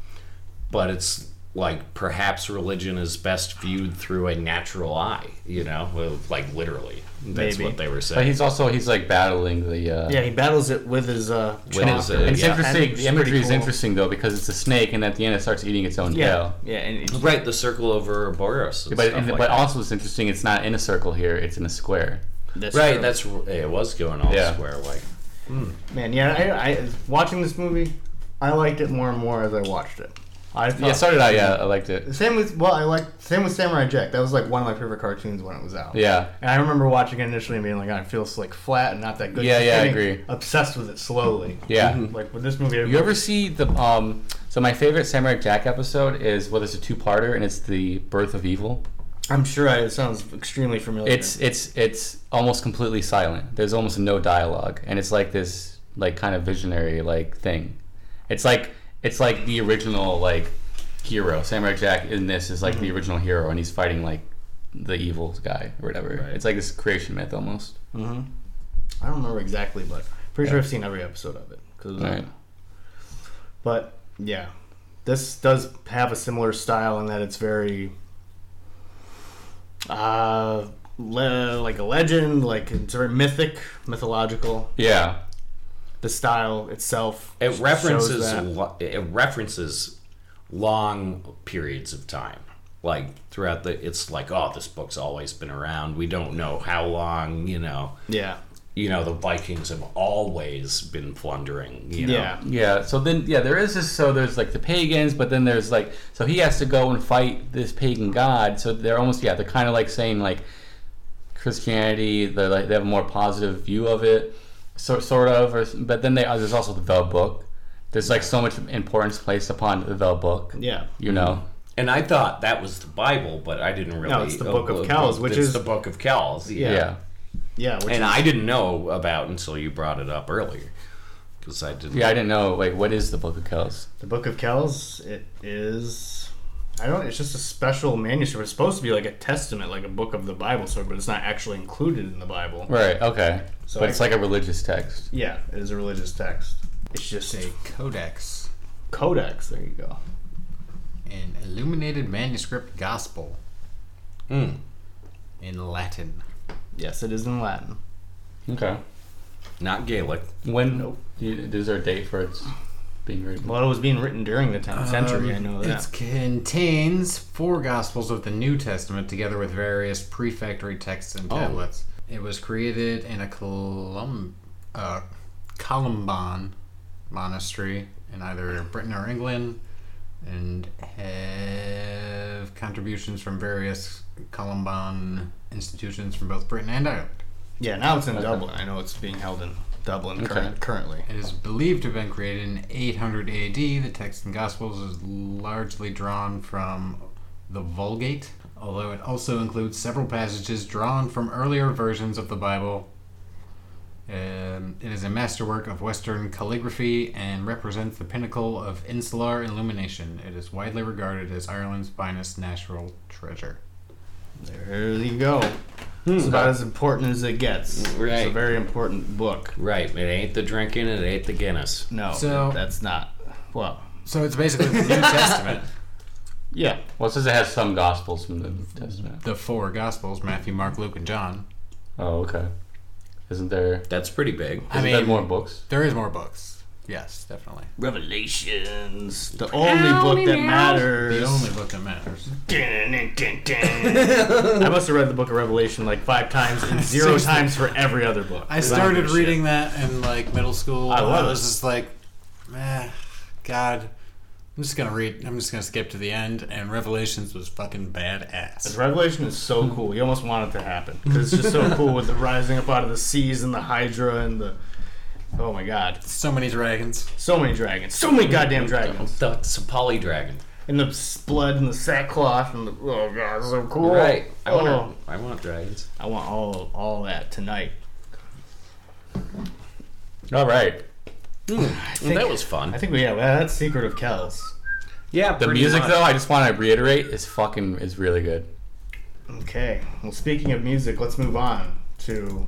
B: but it's like perhaps religion is best viewed through a natural eye, you know? Well, Like literally. That's
A: Maybe.
B: what they were
D: But
B: saying.
D: he's also he's like battling the. Uh,
A: Yeah, he battles it with his uh,
B: With his,
A: chalk.
B: uh,
D: And it's
B: Yeah.
D: interesting.
A: It's
D: The imagery
A: pretty
D: is
A: cool.
D: interesting though because it's a snake, and at the end it starts eating its own
A: Yeah,
D: tail.
A: yeah, and it's-
B: Right, the circle over Boros. And
D: But
B: stuff
D: but
B: like that.
D: also it's interesting. It's not in a circle here. It's in a square.
A: that's
B: right,
A: true.
B: that's it was going all
D: Yeah.
B: square like.
A: man. Yeah, I, I watching this movie, I liked it more and more as I watched it. I thought,
D: Yeah, so did I. Yeah, I liked it.
A: Same with well, I like same with Samurai Jack. That was like one of my favorite cartoons when it was out.
D: Yeah.
A: and I remember watching it initially and being like, "God, it feels like flat and not that good."
D: Yeah,
A: Just
D: yeah, I
A: getting
D: agree.
A: Obsessed with it slowly.
D: Yeah.
B: Mm-hmm.
A: like with this movie.
D: You ever see the um? So my favorite Samurai Jack episode is well, there's a two-parter, and it's the Birth of Evil.
A: I'm sure I, it sounds extremely familiar.
D: It's it's it's almost completely silent. There's almost no dialogue, and it's like this like kind of visionary like thing. It's like it's like the original like hero. Samurai Jack in this is like
B: Mm-hmm.
D: the original hero, and he's fighting like the evil guy or whatever.
B: Right.
D: It's like this creation myth almost.
A: I don't remember exactly, but pretty sure I've seen every episode of it. 'cause uh, it was-
D: Right.
A: But yeah, this does have a similar style in that it's very, uh, le- like a legend, like it's very mythic, mythological.
D: Yeah.
A: The style itself.
B: It
A: shows
B: references
A: that.
B: lo- it references long periods of time. Like throughout the it's like, oh, this book's always been around. We don't know how long, you know.
A: Yeah.
B: You know, the Vikings have always been plundering, you know.
A: Yeah.
D: Yeah, so then yeah, there is this so there's like the pagans, but then there's like so he has to go and fight this pagan god. So they're almost yeah, they're kind of like saying like Christianity, they like they have a more positive view of it, so, sort of. Or, but then they, uh, there's also the book. There's like so much importance placed upon the book.
A: Yeah.
D: you know.
B: And I thought that was the Bible, but I didn't really Oh,
A: it's the Book of Kells, which
B: it's
A: is-
B: the Book of Kells.
D: Yeah.
A: Yeah. Which
B: And I didn't know about until you brought it up earlier. Because I didn't
D: yeah, I didn't know. Like, what is the Book of Kells?
A: the Book of Kells. It is. I don't. It's just a special manuscript. It's supposed to be like a testament, like a book of the Bible, sort of, but it's not actually included in the Bible.
D: Right. Okay.
A: So
D: but
A: I-
D: it's like a religious text.
A: Yeah, it is a religious text. It's just a
C: Codex,
A: codex. There you go.
C: an illuminated manuscript gospel
B: Hmm,
C: in Latin.
A: Yes, it is in Latin.
D: Okay.
B: not Gaelic.
D: When you, is there a date for its being written?
A: Well, it was being written during the 10th century. I know
C: Um, It
A: that.
C: contains four Gospels of the New Testament, together with various prefectory texts
A: Oh.
C: and tablets. It was created in a Colum- uh, Columban monastery in either Britain or England, and have contributions from various Columban institutions from both Britain and Ireland.
A: Yeah, now it's in Dublin. I know it's being held in Dublin current, currently.
C: It is believed to have been created in 800 AD. The text in Gospels is largely drawn from the Vulgate, although it also includes several passages drawn from earlier versions of the Bible. Um, it is a masterwork of Western calligraphy and represents the pinnacle of insular illumination. It is widely regarded as Ireland's finest natural treasure.
A: There you go.
C: Hmm.
A: It's about as important as it gets. It's a
B: Right.
A: very important book.
B: Right. It ain't the drinking, it ain't the Guinness.
A: No,
C: So-
A: that's not. Well,
C: So it's basically the
D: [laughs]
C: New Testament.
A: yeah.
D: Well, it says it has some gospels from the Testament.
C: The four Gospels Matthew, Mark, Luke, and John.
D: Oh, okay. Isn't there?
B: That's pretty big.
C: I
D: Isn't there
C: mean-
D: more books?
C: There is more books. Yes, definitely.
A: Revelations, the only book that matters. [laughs]
C: The only book that matters.
A: Dun, dun, dun. I must have read the Book of Revelation like five times and zero
C: Seriously.
A: times for every other book.
C: I started reading that in like middle school.
A: I love
C: I was
A: it.
C: just like, eh, God, I'm just gonna read. I'm just gonna skip to the end. And Revelations was fucking badass.
A: Revelation is so cool. You almost want it to happen because it's just so cool with the rising up out of the seas and the Hydra and the. Oh my God!
C: So many dragons.
A: So many dragons. So many goddamn dragons.
B: That's a polydragon.
A: And the s- blood and the sackcloth and the. Oh God! So cool.
B: I want,
A: Oh.
B: I want dragons.
A: I want all all that tonight.
D: All right.
B: Well, Mm, that was fun.
A: I think we yeah. Well, that's Secret of Kells.
B: yeah,
D: The music, though, I just want to reiterate, is fucking is really good.
A: Okay. Well, speaking of music, let's move on to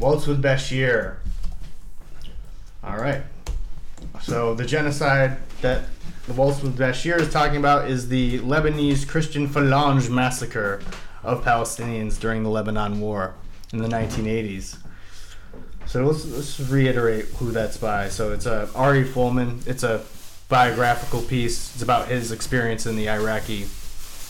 A: Waltz with Bashir. All right. So the genocide that the Waltz with Bashir is talking about is the Lebanese Christian Falange massacre of Palestinians during the Lebanon War in the 1980s. So let's, let's reiterate who that's by. So it's a Ari Folman. It's a biographical piece. It's about his experience in the Iraqi,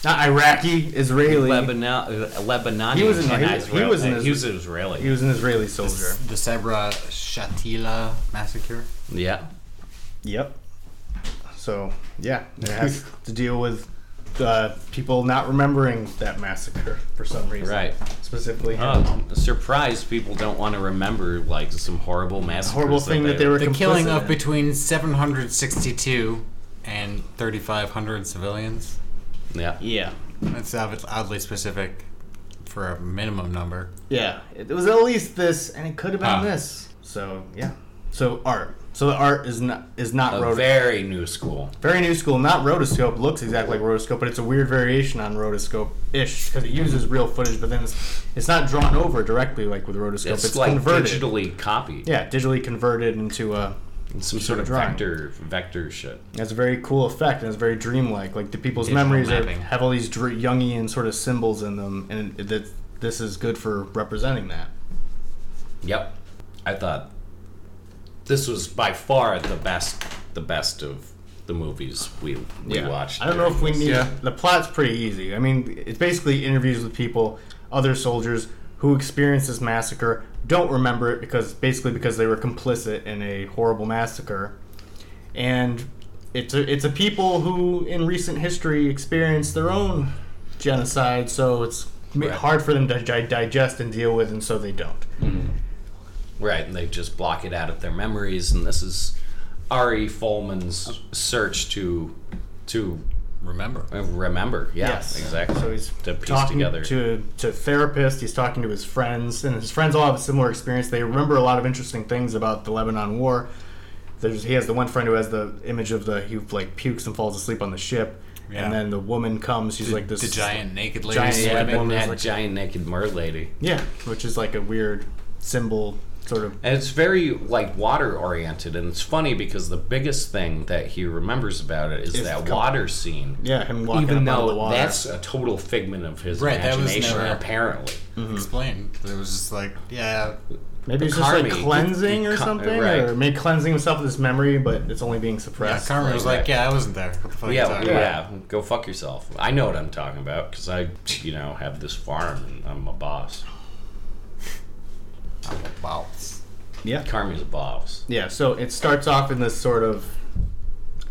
A: not Iraqi, Israeli.
B: Lebanon, uh, Lebanon.
A: He was in-
B: and
A: he- he
B: Israel-
A: was in
B: uh,
A: Isra-
B: he was Israeli.
A: He was an Israeli soldier.
C: The Sabra Shatila massacre.
B: yeah.
A: Yep. So yeah,
C: [laughs]
A: it has to deal with uh, people not remembering that massacre for some reason.
B: Right.
A: Specifically, him.
B: Oh, surprised people don't want to remember like some horrible massacre.
A: horrible thing that they were
C: The killing
A: complicit eh?
C: of
A: in.
C: between 762 and 3,500 civilians.
B: Yeah.
A: Yeah.
C: That's ob- oddly specific for a minimum number.
A: Yeah. It was at least this, and it could have been
C: Huh.
A: this. So yeah. So art. So the art is not is not
B: A
A: rotoscope.
B: very new school.
A: Very new school, not rotoscope. Looks exactly like rotoscope, but it's a weird variation on rotoscope ish because it uses real footage, but then it's, it's not drawn over directly like with rotoscope.
B: It's,
A: It's,
B: like
A: converted.
B: digitally copied.
A: Yeah, digitally converted into a.
B: Some sort of
A: Drawing.
B: vector vector shit.
A: That's a very cool effect, and it's very dreamlike. Like the people's
C: Digital
A: memories are,
C: mapping.
A: have all these dr- Jungian sort of symbols in them, and it- that this is good for representing that.
B: Yep. I thought this was by far the best the best of the movies we, we watched.
A: I don't know if we need
D: Yeah.
A: the plot's pretty easy. I mean, it's basically interviews with people, other soldiers who experienced this massacre, don't remember it because basically because they were complicit in a horrible massacre, and it's a, it's a people who in recent history experienced their own genocide, so it's m hard for them to di- digest and deal with, and so they don't.
B: Right, and they just block it out of their memories, and this is Ari Folman's search to to
C: Remember.
B: remember. Yeah,
A: Yes.
B: exactly.
A: So he's
B: to piece
A: talking
B: together.
A: to to therapists. He's talking to his friends, and his friends all have a similar experience. They remember a lot of interesting things about the Lebanon War. There's, he has the one friend who has the image of the he like pukes and falls asleep on the ship,
C: Yeah.
A: and then the woman comes. She's like this
C: the giant naked lady
A: giant
B: yeah,
A: naked
B: that
C: swimming.
A: woman is
B: that
A: like-
B: giant naked mer lady.
A: yeah, which is like a weird symbol, sort of.
B: And it's very like water oriented, and it's funny because the biggest thing that he remembers about it is
A: Is
B: that
A: the co-
B: water scene.
A: Yeah, him walking
B: Even
A: up out of the
B: though
A: water.
B: that's a total figment of his
C: Right, that was
B: imagination,
C: never-
B: apparently.
C: Mm-hmm. Explained. It was just like, yeah,
A: Maybe it's just like
B: Karmi.
A: cleansing or
B: Ka-
A: something,
B: right.
A: or maybe cleansing himself of this memory, but it's only being
C: yeah.
A: suppressed.
C: Carmen was
B: like
C: like,
B: that.
C: yeah, I wasn't there. What the fuck are you
B: Yeah,
C: talking
B: yeah,
C: about?
B: Go fuck yourself. I know what I'm talking about because I, you know, have this farm and I'm a boss.
C: Wow.
A: yeah.
B: Carmi's a boss.
A: Yeah, so it starts off in this sort of,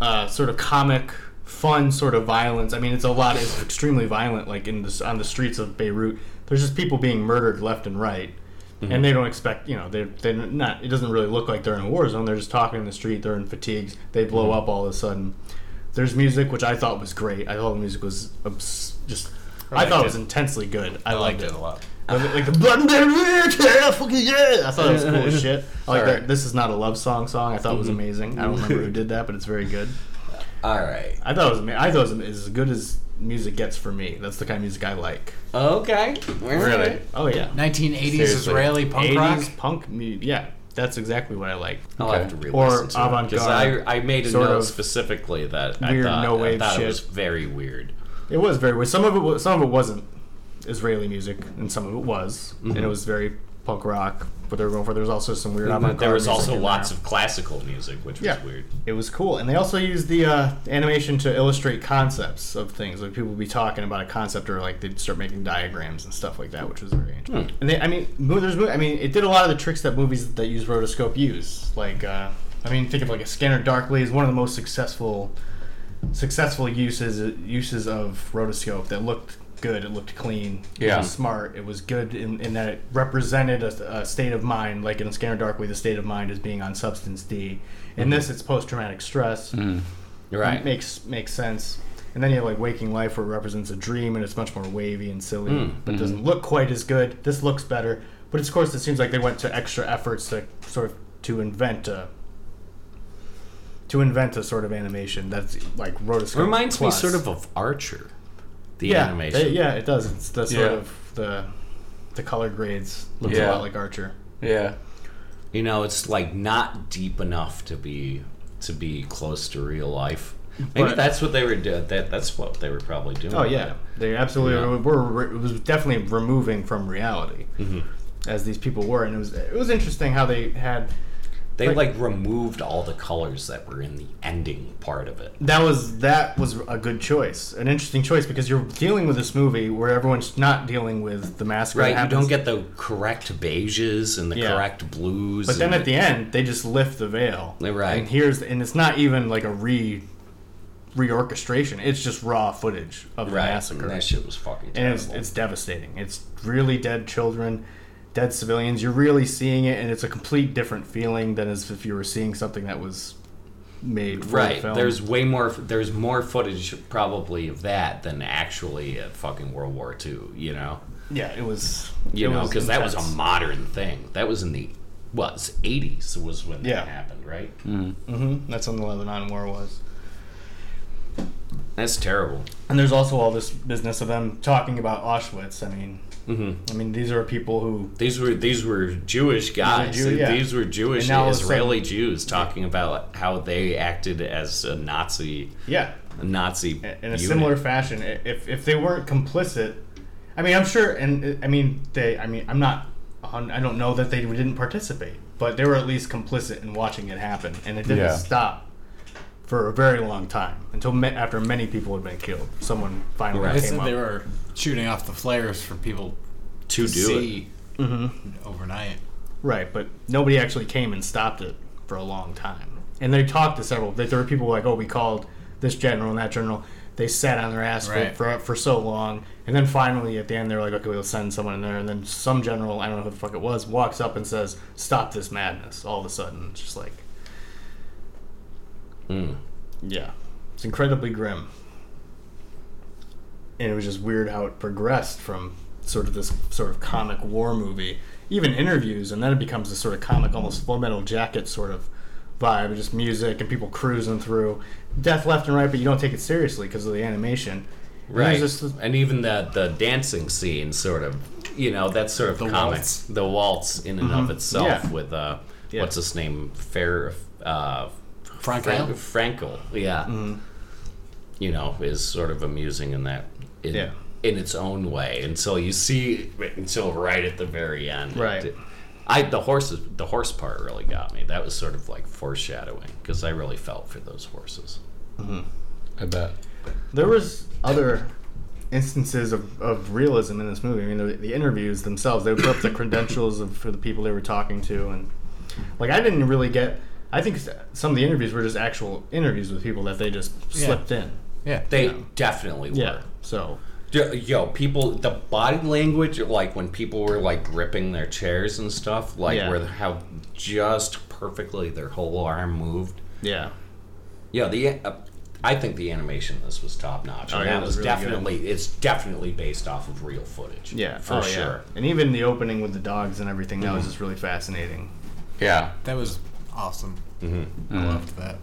A: uh, sort of comic, fun sort of violence. I mean, it's a lot. It's extremely violent, like in this on the streets of Beirut. There's just people being murdered left and right,
C: Mm-hmm.
A: and they don't expect. You know, they they're not. It doesn't really look like they're in a war zone. They're just talking in the street. They're in fatigues. They blow
C: Mm-hmm.
A: up all of a sudden. There's music, which I thought was great. I thought the music was obs- just. I,
C: liked
A: thought it
C: it.
A: was intensely good. I,
C: I
A: liked it.
C: a lot.
A: Like like the blood and yeah, fucking yeah. I thought it was cool
B: [laughs]
A: as shit. I like
B: Sorry. Mm-hmm.
A: that. This is not a love song song. I thought it was amazing. I don't remember who did that, but it's very good.
B: All right.
A: I thought it was. ama- I thought it was as good as music gets for me. That's the kind of music I like.
B: Okay.
D: Really?
A: Oh yeah,
C: 1980s
D: Seriously.
C: Israeli punk rock.
A: eighties punk mu Yeah, that's exactly what I like.
B: I'll
D: Okay.
B: have to re-listen
A: Or
B: to it, 'cause
A: avant-garde,
B: I, I made a
A: sort
B: note
A: of
B: specifically that I
A: weird
B: thought,
A: no
B: I
A: wave
B: thought
A: shit.
B: it was very weird.
A: It was very. weird. Some of it. Was, some of it wasn't Israeli music, and some of it was,
B: Mm-hmm.
A: and it was very punk rock. But they were going for. There was also some weird. avant-garde
B: there was
A: music
B: also
A: in
B: lots
A: there.
B: of classical music, which
A: Yeah.
B: was weird.
A: It was cool, and they also used the uh, animation to illustrate concepts of things. Like people would be talking about a concept, or like they'd start making diagrams and stuff like that, which was very interesting. And they, I mean, mo- there's, mo- I mean, it did a lot of the tricks that movies that use rotoscope use. Like, uh, I mean, think of like a Scanner Darkly is one of the most successful, successful uses uses of rotoscope that looked good. It looked clean. It
D: Yeah.
A: was smart. It was good in, in that it represented a, a state of mind. Like in Scanner Darkly, the state of mind is being on substance D. In this, it's post traumatic stress.
B: Right.
A: Makes makes sense. And then you have like Waking Life, where it represents a dream, and it's much more wavy and silly,
B: Hmm.
A: but
B: Mm-hmm.
A: doesn't look quite as good. This looks better, but of course, it seems like they went to extra efforts to sort of to invent a to invent a sort of animation that's like rotoscope.
B: Reminds
A: plus.
B: me sort of of Archer, the
A: yeah,
B: animation.
A: they- yeah, it does. It's the sort
D: Yeah.
A: of the the color grades looks
D: Yeah.
A: a lot like Archer.
D: Yeah.
B: You know, it's like not deep enough to be to be close to real life. Maybe
A: But-
B: that's what they were doing. That, that's what they were probably doing.
A: Oh yeah, they absolutely
B: Yeah.
A: were. Re- it was definitely removing from reality,
B: Mm-hmm.
A: as these people were, and it was it was interesting how they had.
B: They
A: Like-
B: like, removed all the colors that were in the ending part of it.
A: That was that was a good choice, an interesting choice because you're dealing with this movie where everyone's not dealing with the massacre. that
B: Right, you
A: happens.
B: don't get the correct beiges and the
A: Yeah.
B: correct blues.
A: But then
B: and
A: at the end, they just lift the veil.
B: Right.
A: And here's and it's not even like a re reorchestration. It's just raw footage of the
B: Right.
A: massacre.
B: And that shit was fucking
A: and it's,
B: terrible.
A: it's devastating. It's really dead children, dead civilians. You're really seeing it, and it's a complete different feeling than as if you were seeing something that was made for the
B: right.
A: film.
B: There's way more. There's more footage probably of that than actually at fucking World War II. You know.
A: yeah, it was
B: You
A: it
B: know, because that was a
A: intense.
B: modern thing. That was in the was 80s was when
A: Yeah.
B: that happened, right?
A: Mhm. That's when the Lebanon War was.
B: That's terrible.
A: And there's also all this business of them talking about Auschwitz. I mean,
B: Mm-hmm.
A: I mean these are people who
B: These were these were Jewish guys.
A: Jew- yeah.
B: These were Jewish
A: And now all of a
B: Israeli Jews talking about how they acted as a Nazi
A: yeah
B: a Nazi
A: in a
B: unit.
A: similar fashion i- if if they weren't complicit i mean i'm sure and uh, i mean they i mean i'm not a hun- i don't know that they didn't participate but they were at least complicit in watching it happen and it didn't
D: Yeah.
A: stop for a very long time until ma- after many people had been killed someone finally
B: Right.
C: They
A: came
C: said
A: up
C: they were shooting off the flares for people
B: to do
C: to
B: it. Mm-hmm.
C: see overnight.
A: right but nobody actually came and stopped it for a long time and they talked to several that there were people like oh we called this general and that general they sat on their ass
C: Right.
A: for, for for so long, and then finally at the end they're like, okay, we'll send someone in there, and then some general, I don't know who the fuck it was, walks up and says, stop this madness. All of a sudden, it's just like, yeah, it's incredibly grim, and it was just weird how it progressed from sort of this sort of comic war movie, even interviews, and then it becomes this sort of comic, almost Full Metal Jacket sort of vibe, just music and people cruising through death left and right, but you don't take it seriously because of the animation. And
B: Right.
A: there's just this-
B: and even the the dancing scene sort of you know, that's sort of
C: The
B: comics. The waltz in and of itself
A: Mm-hmm. Yeah.
B: with uh
A: Yeah.
B: what's his name? Fair uh
C: Frank,
B: Frank,
C: Hill?
B: Frankel, yeah,
A: Mm-hmm.
B: you know, is sort of amusing in that, in,
A: Yeah.
B: in its own way. Until you see, until right at the very end,
A: Right.
B: I the horses, the horse part really got me. That was sort of like foreshadowing because I really felt for those horses.
D: I bet.
A: there was other instances of, of realism in this movie. I mean, the, the interviews themselves, they would put up the credentials of for the people they were talking to, and like I didn't really get. I think s- some of the interviews were just actual interviews with people that they just
C: Yeah.
A: slipped in.
C: Yeah.
B: They definitely
A: Yeah.
B: were.
A: So
B: Yo- Yo, people, the body language, like when people were like gripping their chairs and stuff, like
A: Yeah.
B: where how just perfectly their whole arm moved.
A: yeah,
B: Yeah, the uh, I think the animation in this was top notch.
A: Oh,
B: and
A: yeah,
B: that
A: it
B: was
A: was really
B: definitely it's definitely based off of real footage.
A: yeah,
B: for
A: oh, yeah.
B: sure.
A: And even the opening with the dogs and everything that was just really fascinating.
D: Yeah.
C: That was awesome. Mm-hmm. I loved that.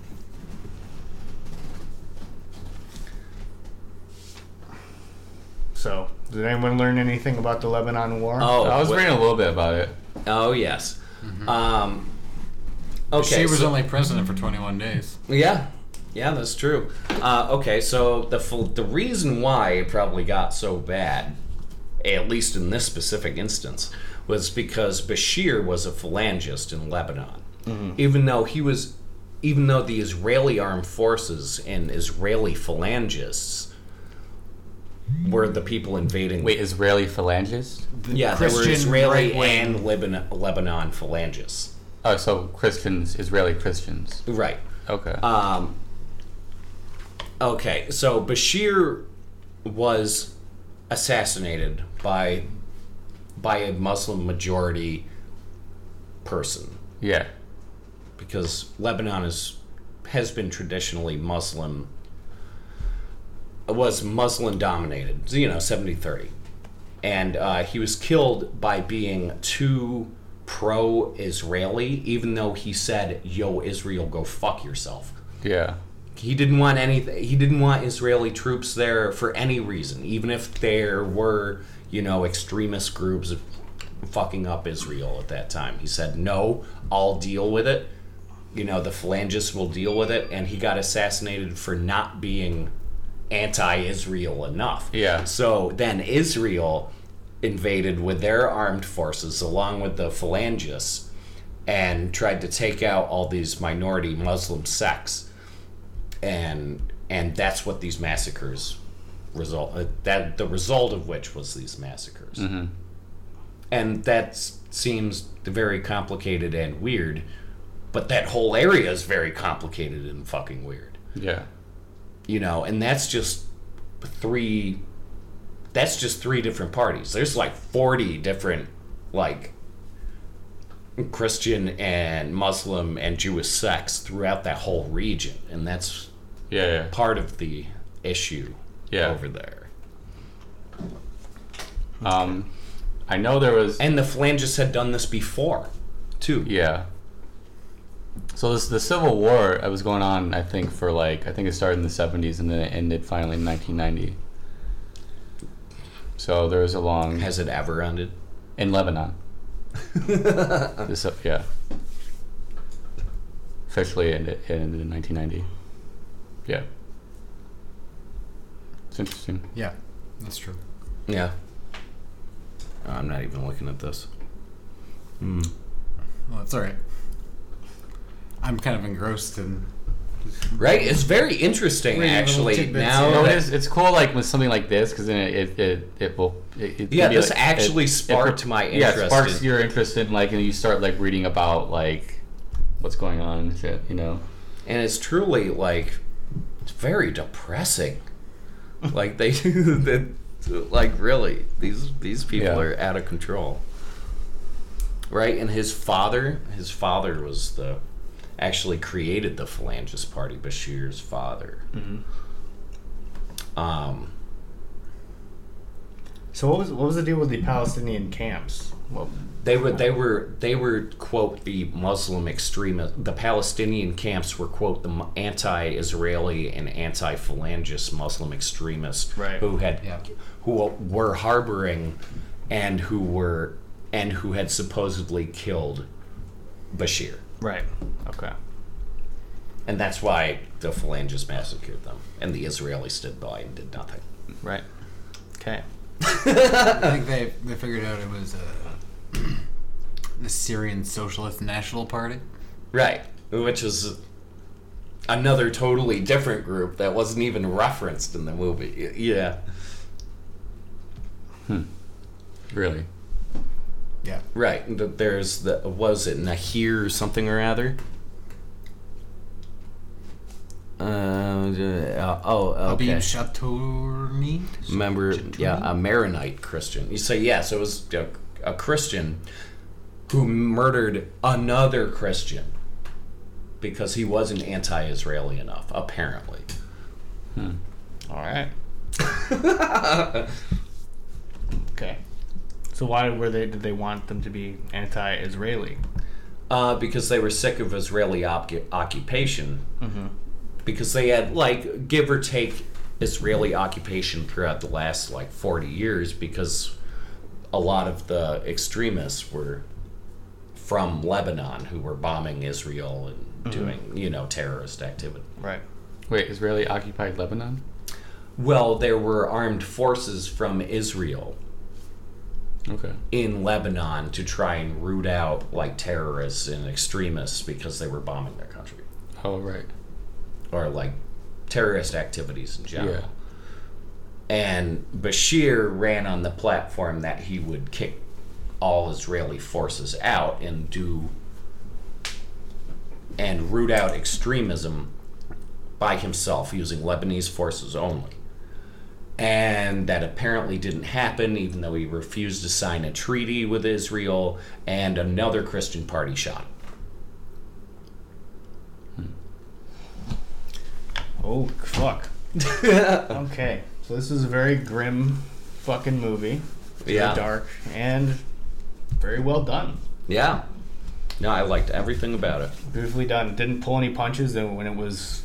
A: So did anyone learn anything about the Lebanon War?
B: Oh,
D: I was
B: wait-
D: reading a little bit about it.
B: oh yes.
A: Mm-hmm.
B: Um, okay,
C: she was
B: so-
C: only president for 21 days.
B: Yeah, yeah, that's true. Uh, okay, so the full, the reason why it probably got so bad, at least in this specific instance, was because Bashir was a phalangist in Lebanon, even though he was, even though the Israeli armed forces and Israeli phalangists were the people invading.
D: Wait, Israeli phalangist?
B: yeah, they were
C: Christian
B: Israeli
C: right-wing.
B: and Lebanon, Lebanon phalangists.
D: Oh, so Christians, Israeli Christians.
B: Right.
D: Okay.
B: Um, okay, so Bashir was assassinated by by a Muslim majority person
D: yeah.
B: because Lebanon is has been traditionally Muslim was Muslim dominated, you know, 70-30. And uh, he was killed by being too pro-Israeli, even though he said, "Yo, Israel, go fuck yourself."
D: Yeah.
B: he didn't want anything he didn't want israeli troops there for any reason even if there were you know extremist groups fucking up israel at that time he said no i'll deal with it you know the phalangists will deal with it and he got assassinated for not being anti-israel enough
D: Yeah.
B: so then israel invaded with their armed forces along with the phalangists and tried to take out all these minority muslim sects and and that's what these massacres result uh, that the result of which was these massacres and that s- seems very complicated and weird but that whole area is very complicated and fucking weird
D: Yeah.
B: you know, and that's just three. That's just three different parties. There's like forty different like Christian and Muslim and Jewish sects throughout that whole region, and that's
D: Yeah, yeah.
B: part of the issue
D: Yeah.
B: over there.
D: Um, I know there was.
B: And the Flangists had done this before, too.
D: Yeah. So this the Civil War it was going on, I think, for like I think it started in the seventies and then it ended finally in nineteen ninety. So there was a long
B: Has it ever ended?
D: in Lebanon. this uh, yeah. Officially ended it ended in nineteen ninety. Yeah. It's interesting.
C: Yeah, that's true.
B: Yeah. I'm not even looking at this.
C: Well, that's all right. I'm kind of engrossed in.
B: Right? It's very interesting,
C: Reading little
B: actually.
C: tidbits,
B: Now,
D: No, it
B: that-
D: is. It's cool, like with something like this, because then it it, it, it will. It, it
B: Yeah,
D: can be,
B: this
D: like-
B: actually
D: it- it
B: sparked
D: pro-
B: my
D: Yeah,
B: interest
D: it sparks
B: in-
D: your interest in like, and you start like reading about like what's going on and shit. You know,
B: and it's truly like it's very depressing. like they, [laughs] that, like really, these these people
D: Yeah.
B: are out of control. Right, and his father, his father was the actually created the Phalangist Party, Bashir's father. Um,
A: So what was what was the deal with the Palestinian camps? Well,
B: They were they were they were quote the Muslim extremist the Palestinian camps were quote the mu- anti-Israeli and anti-Phalangist Muslim extremists
A: Right.
B: who had
C: Yeah.
B: who were harboring and who were and who had supposedly killed Bashir
A: right. Okay.
B: and that's why the Phalangists massacred them and the Israelis stood by and did nothing.
A: Right. Okay.
C: I think they they figured out it was uh, [clears throat] the Syrian Socialist National Party.
B: Right. Which is another totally different group that wasn't even referenced in the movie. Y- Yeah.
D: really.
C: Yeah.
B: Right. and th- There's the was it Nahir or something or other. Uh, d- uh, oh,
C: Habib
B: okay.
C: Chaturni.
B: Member, yeah, a Maronite Christian. You say yes. It was a, a Christian who murdered another Christian because he wasn't anti-Israeli enough, apparently.
A: All [laughs] right. okay. So why were they? Did they want them to be anti-Israeli?
B: uh, because they were sick of Israeli op- occupation. Because they had, like, give or take Israeli occupation throughout the last, like, 40 years, because a lot of the extremists were from Lebanon who were bombing Israel and doing, you know, terrorist activity.
A: Right.
D: Wait, Israeli occupied Lebanon?
B: Well, there were armed forces from Israel
D: Okay.
B: in Lebanon to try and root out, like, terrorists and extremists because they were bombing their country.
D: Oh right.
B: or like terrorist activities in general.
D: Yeah.
B: And Bashir ran on the platform that he would kick all Israeli forces out and do and root out extremism by himself using Lebanese forces only. And that apparently didn't happen, even though he refused to sign a treaty with Israel, and another Christian party shot him.
A: Oh fuck. okay. So this is a very grim, fucking movie. Very
B: Yeah.
A: Dark and very well done.
B: Yeah. No, I liked everything about it.
A: Beautifully done. It didn't pull any punches, and when it was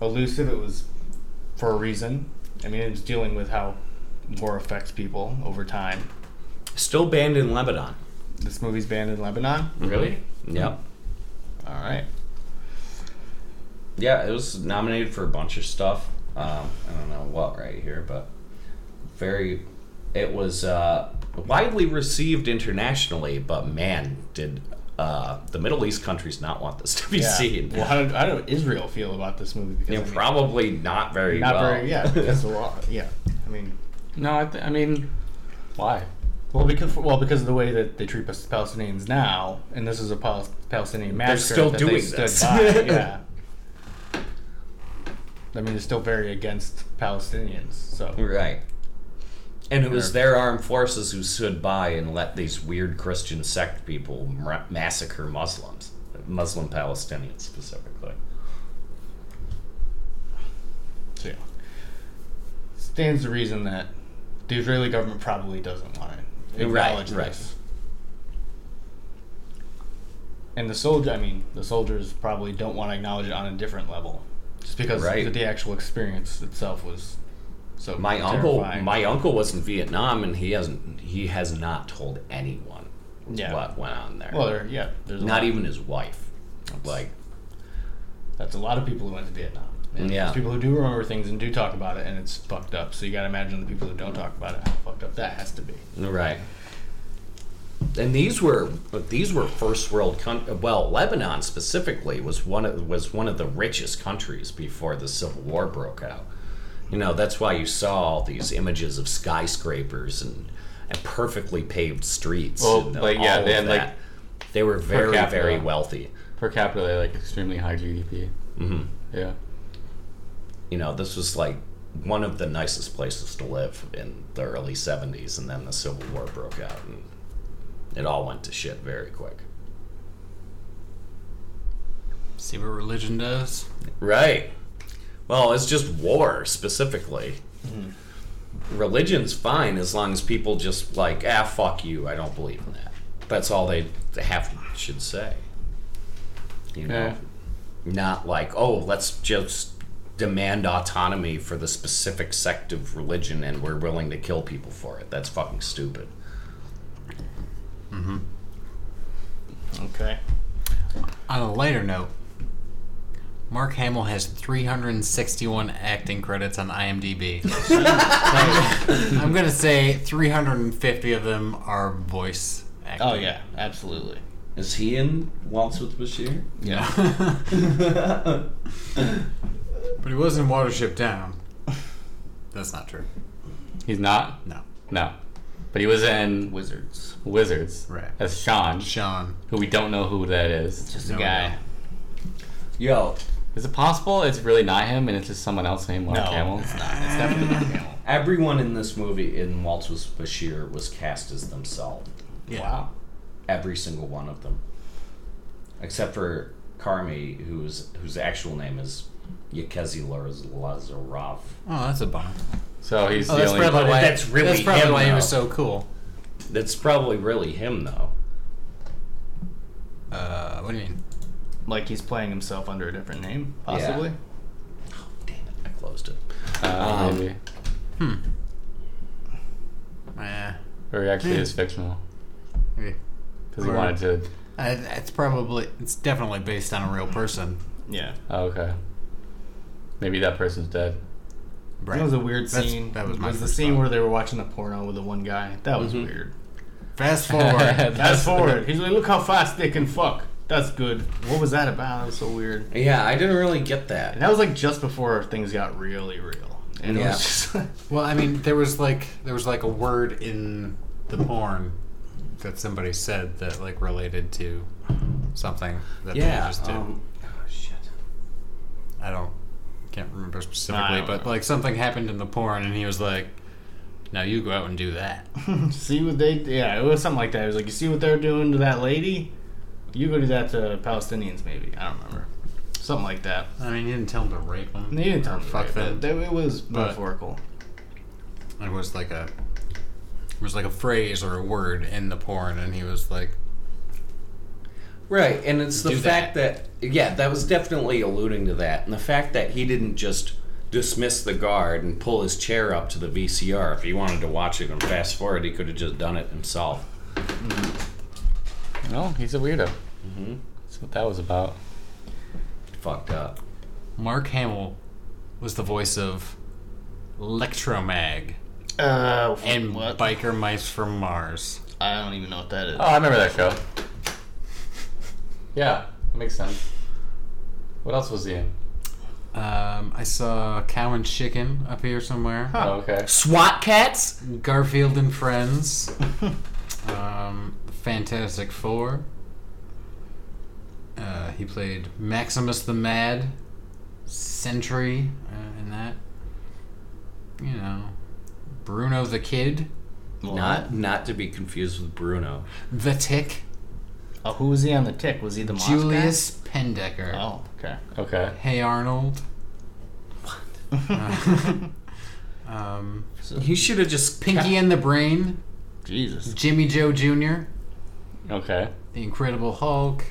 A: elusive, it was for a reason. I mean, it was dealing with how war affects people over time.
B: Still banned in Lebanon.
A: This movie's banned in Lebanon.
D: Really?
B: Mm-hmm. Yep.
A: All right.
B: Yeah, it was nominated for a bunch of stuff. Um, I don't know what right here, but very. It was uh, widely received internationally, but man, did uh, the Middle East countries not want this to be
A: Yeah.
B: seen.
A: Well,
B: [laughs]
A: how did, how did Israel feel about this movie? Because
B: You
A: I
B: know,
A: mean,
B: probably not very
A: not
B: well.
A: very. Yeah, because a lot. Yeah, I mean,
D: No, I, th- I mean, why?
A: well, because well, because of the way that they treat Pas- Palestinians now, and this is a Pal- Palestinian massacre.
B: [laughs] still
A: that
B: doing
A: they stood
B: this.
A: by, Yeah. I mean, it's still very against Palestinians. So
B: [laughs] Right. And it was their armed forces who stood by and let these weird Christian sect people ma- massacre Muslims, Muslim Palestinians specifically.
A: So yeah. Stands to reason that the Israeli government probably doesn't want to
B: Right,
A: acknowledge
B: right.
A: this. And the soldier, I mean, the soldiers probably don't want to acknowledge it on a different level, just because
B: Right.
A: the, the actual experience itself was so.
B: My uncle,
A: terrifying.
B: my uncle was in Vietnam, and he hasn't he has not told anyone
A: yeah.
B: what went on there.
A: Well, there, yeah, there's a
B: not
A: lot,
B: even his wife. Like,
A: that's a lot of people who went to Vietnam. And
B: Yeah.
A: there's people who do remember things and do talk about it, and it's fucked up. So you got to imagine the people who don't talk about it how fucked up that has to be.
B: Right. And these were but these were first world countries. Well, Lebanon specifically was one of, was one of the richest countries before the civil war broke out. You know that's why you saw all these images of skyscrapers and, and perfectly paved streets.
D: Well,
B: and
D: like, yeah,
B: all
D: they
B: of
D: had, like,
B: that. they were very
D: capita.
B: very wealthy.
D: Per capita, they're like extremely high GDP.
B: Mhm.
D: Yeah.
B: You know this was like one of the nicest places to live in the early '70s, and then the civil war broke out, and it all went to shit very quick.
C: See what religion does?
B: Right. Well, it's just war specifically. Religion's fine as long as people just like, ah, fuck you, I don't believe in that. That's all they they have should say. You know,
D: Yeah.
B: not like, oh, let's just demand autonomy for the specific sect of religion and we're willing to kill people for it. That's fucking stupid.
A: Okay.
C: On a lighter note, Mark Hamill has 361 acting credits
A: [laughs]
C: on IMDb. I'm going to say 350 of them are voice acting.
A: Oh
C: [laughs]
A: yeah, absolutely.
B: Is he in Waltz with Bashir?
A: Yeah.
C: But he was in Watership Down. That's not true.
D: He's not?
C: No.
D: No. But he was in
A: Wizards.
D: Wizards.
C: Right.
D: As Sean,
C: Sean.
D: who we don't know who that is.
A: Just
C: No,
A: a guy.
B: Yo,
D: Is it possible it's really not him and it's just someone else named Mark
A: No,
D: Hamill?
A: it's not. It's definitely not Camel.
B: everyone in this movie in Waltz with Bashir was cast as themselves.
C: Yeah.
A: Wow.
B: every single one of them, except for Carmi, whose whose actual name is Yekezi Lazarov.
C: Oh, that's a bummer.
D: So he's
C: Oh,
D: the
C: that's
D: only.
C: probably why.
B: That's really
C: that's probably
B: him,
C: why he was
B: though.
C: so cool.
B: That's probably really him, though.
C: Uh, what do you mean?
A: Like he's playing himself under a different name, possibly.
B: Oh, damn it! I closed it.
D: Uh,
B: Um,
D: maybe.
C: Eh.
D: Or he actually is fictional.
C: maybe.
D: Because he
C: Or-
D: wanted to.
C: Uh, it's probably it's definitely based on a real person.
A: Yeah.
D: Oh, okay. Maybe that person's dead.
C: Right.
A: That was a weird
C: That's-
A: scene.
C: that was
A: It
C: my
A: was the
C: first
A: scene
C: thought. Mm-hmm.
A: where they were watching the porno with the one guy. That was weird.
C: [laughs] Fast forward.
A: Fast
C: [laughs]
A: forward. He's like, look how fast they can fuck. That's good. What was that about? That was so weird.
B: Yeah, I didn't really get
A: And
B: that.
A: that was like just before things got really real. And it
B: Yeah.
A: was just [laughs]
C: well, I mean, there was like there was like a word in the porn that somebody said that like related to something that they
B: Yeah.
C: just did.
B: um, oh shit.
C: I don't can't remember
A: Nah, I
C: specifically,
A: don't
C: but
A: know.
C: like something happened in the porn, and he was like, "Now you go out and do that."
A: see what they yeah, it was something like that. It was like, you see what they're doing to that lady? You go do that to Palestinians maybe. I don't remember. Something like that.
C: I mean, you didn't tell him to rape him.
A: They didn't
C: or
A: tell me
C: fuck
A: that,
C: them.
A: but that- It was
C: But-
A: metaphorical.
C: it was like a it was like a phrase or a word in the porn, and he was like,
B: Right, and it's the
C: Do
B: fact that. yeah, that was definitely alluding to that, and the fact that he didn't just dismiss the guard and pull his chair up to the VCR. If he wanted to watch it and fast forward, he could have just done it himself.
D: No, he's a weirdo. Mm-hmm. That's what that was about.
B: Fucked up.
C: Mark Hamill was the voice of Electromag
A: Uh,
C: and
A: what?
C: Biker Mice from Mars.
A: I don't even know what that is.
D: Oh, I remember that show. Yeah, makes sense. What else was he in?
C: Um, I saw Cow and Chicken up here somewhere.
D: Oh, okay.
B: SWAT cats?
C: Garfield and Friends. [laughs] um, Fantastic Four. Uh, he played Maximus the Mad Sentry uh, in that. You know, Bruno the Kid,
B: Not not to be confused with Bruno.
C: the Tick,
A: Oh, who was he on the tick? Was he the moss guy?
C: Julius Pendecker.
A: Oh, okay.
D: Okay.
C: Hey Arnold. [laughs] um,
B: He should have just
C: Pinky and the Brain,
A: Jesus.
C: Jimmy Joe Jr.,
D: Okay.
C: The Incredible Hulk,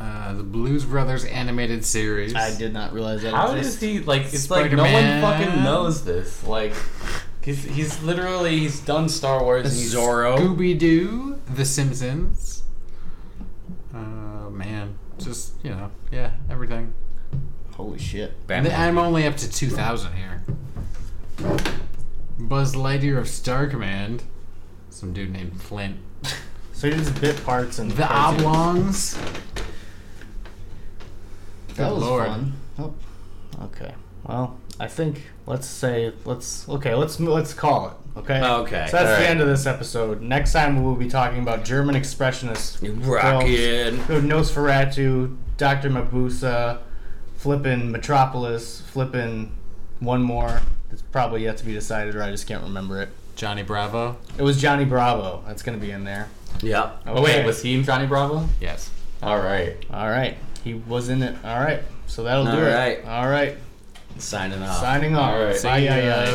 C: uh, the Blues Brothers animated series.
A: I did not realize that.
D: How
A: existed.
D: does he like? It's like no one
C: Spider-Man.
D: fucking knows this. Like, he's he's literally he's done Star Wars. And he's
B: Zorro.
C: Scooby Doo, The Simpsons. Uh, man, just you know, yeah, everything.
A: Holy shit.
C: And
B: Batman.
C: I'm only up to two thousand here. Buzz Lightyear of Star Command, some dude named Flint.
A: So he just bit parts and
C: The Oblongs.
A: That
C: Good
A: was
C: lord.
A: fun. Oh, okay. Well, I think let's say let's okay let's let's call it. Okay.
B: Okay,
A: So that's the
D: alright.
A: end of this episode. Next time we will be talking about German expressionists.
B: Rocket.
A: Who Nosferatu, Doctor Mabusa, flippin' Metropolis, flippin' one more. It's probably yet to be decided, or I just can't remember it.
C: Johnny Bravo.
A: It was Johnny Bravo. That's gonna be in there.
B: Yeah.
D: Oh wait,
A: Okay.
D: was he in Johnny Bravo?
C: Yes.
D: All right.
A: All right. He was in it. All right. So that'll do
B: All right.
A: it. All right.
B: Signing off.
A: Signing off.
D: Ah. All right.
A: Bye,
C: See ya.
A: yeah, yeah.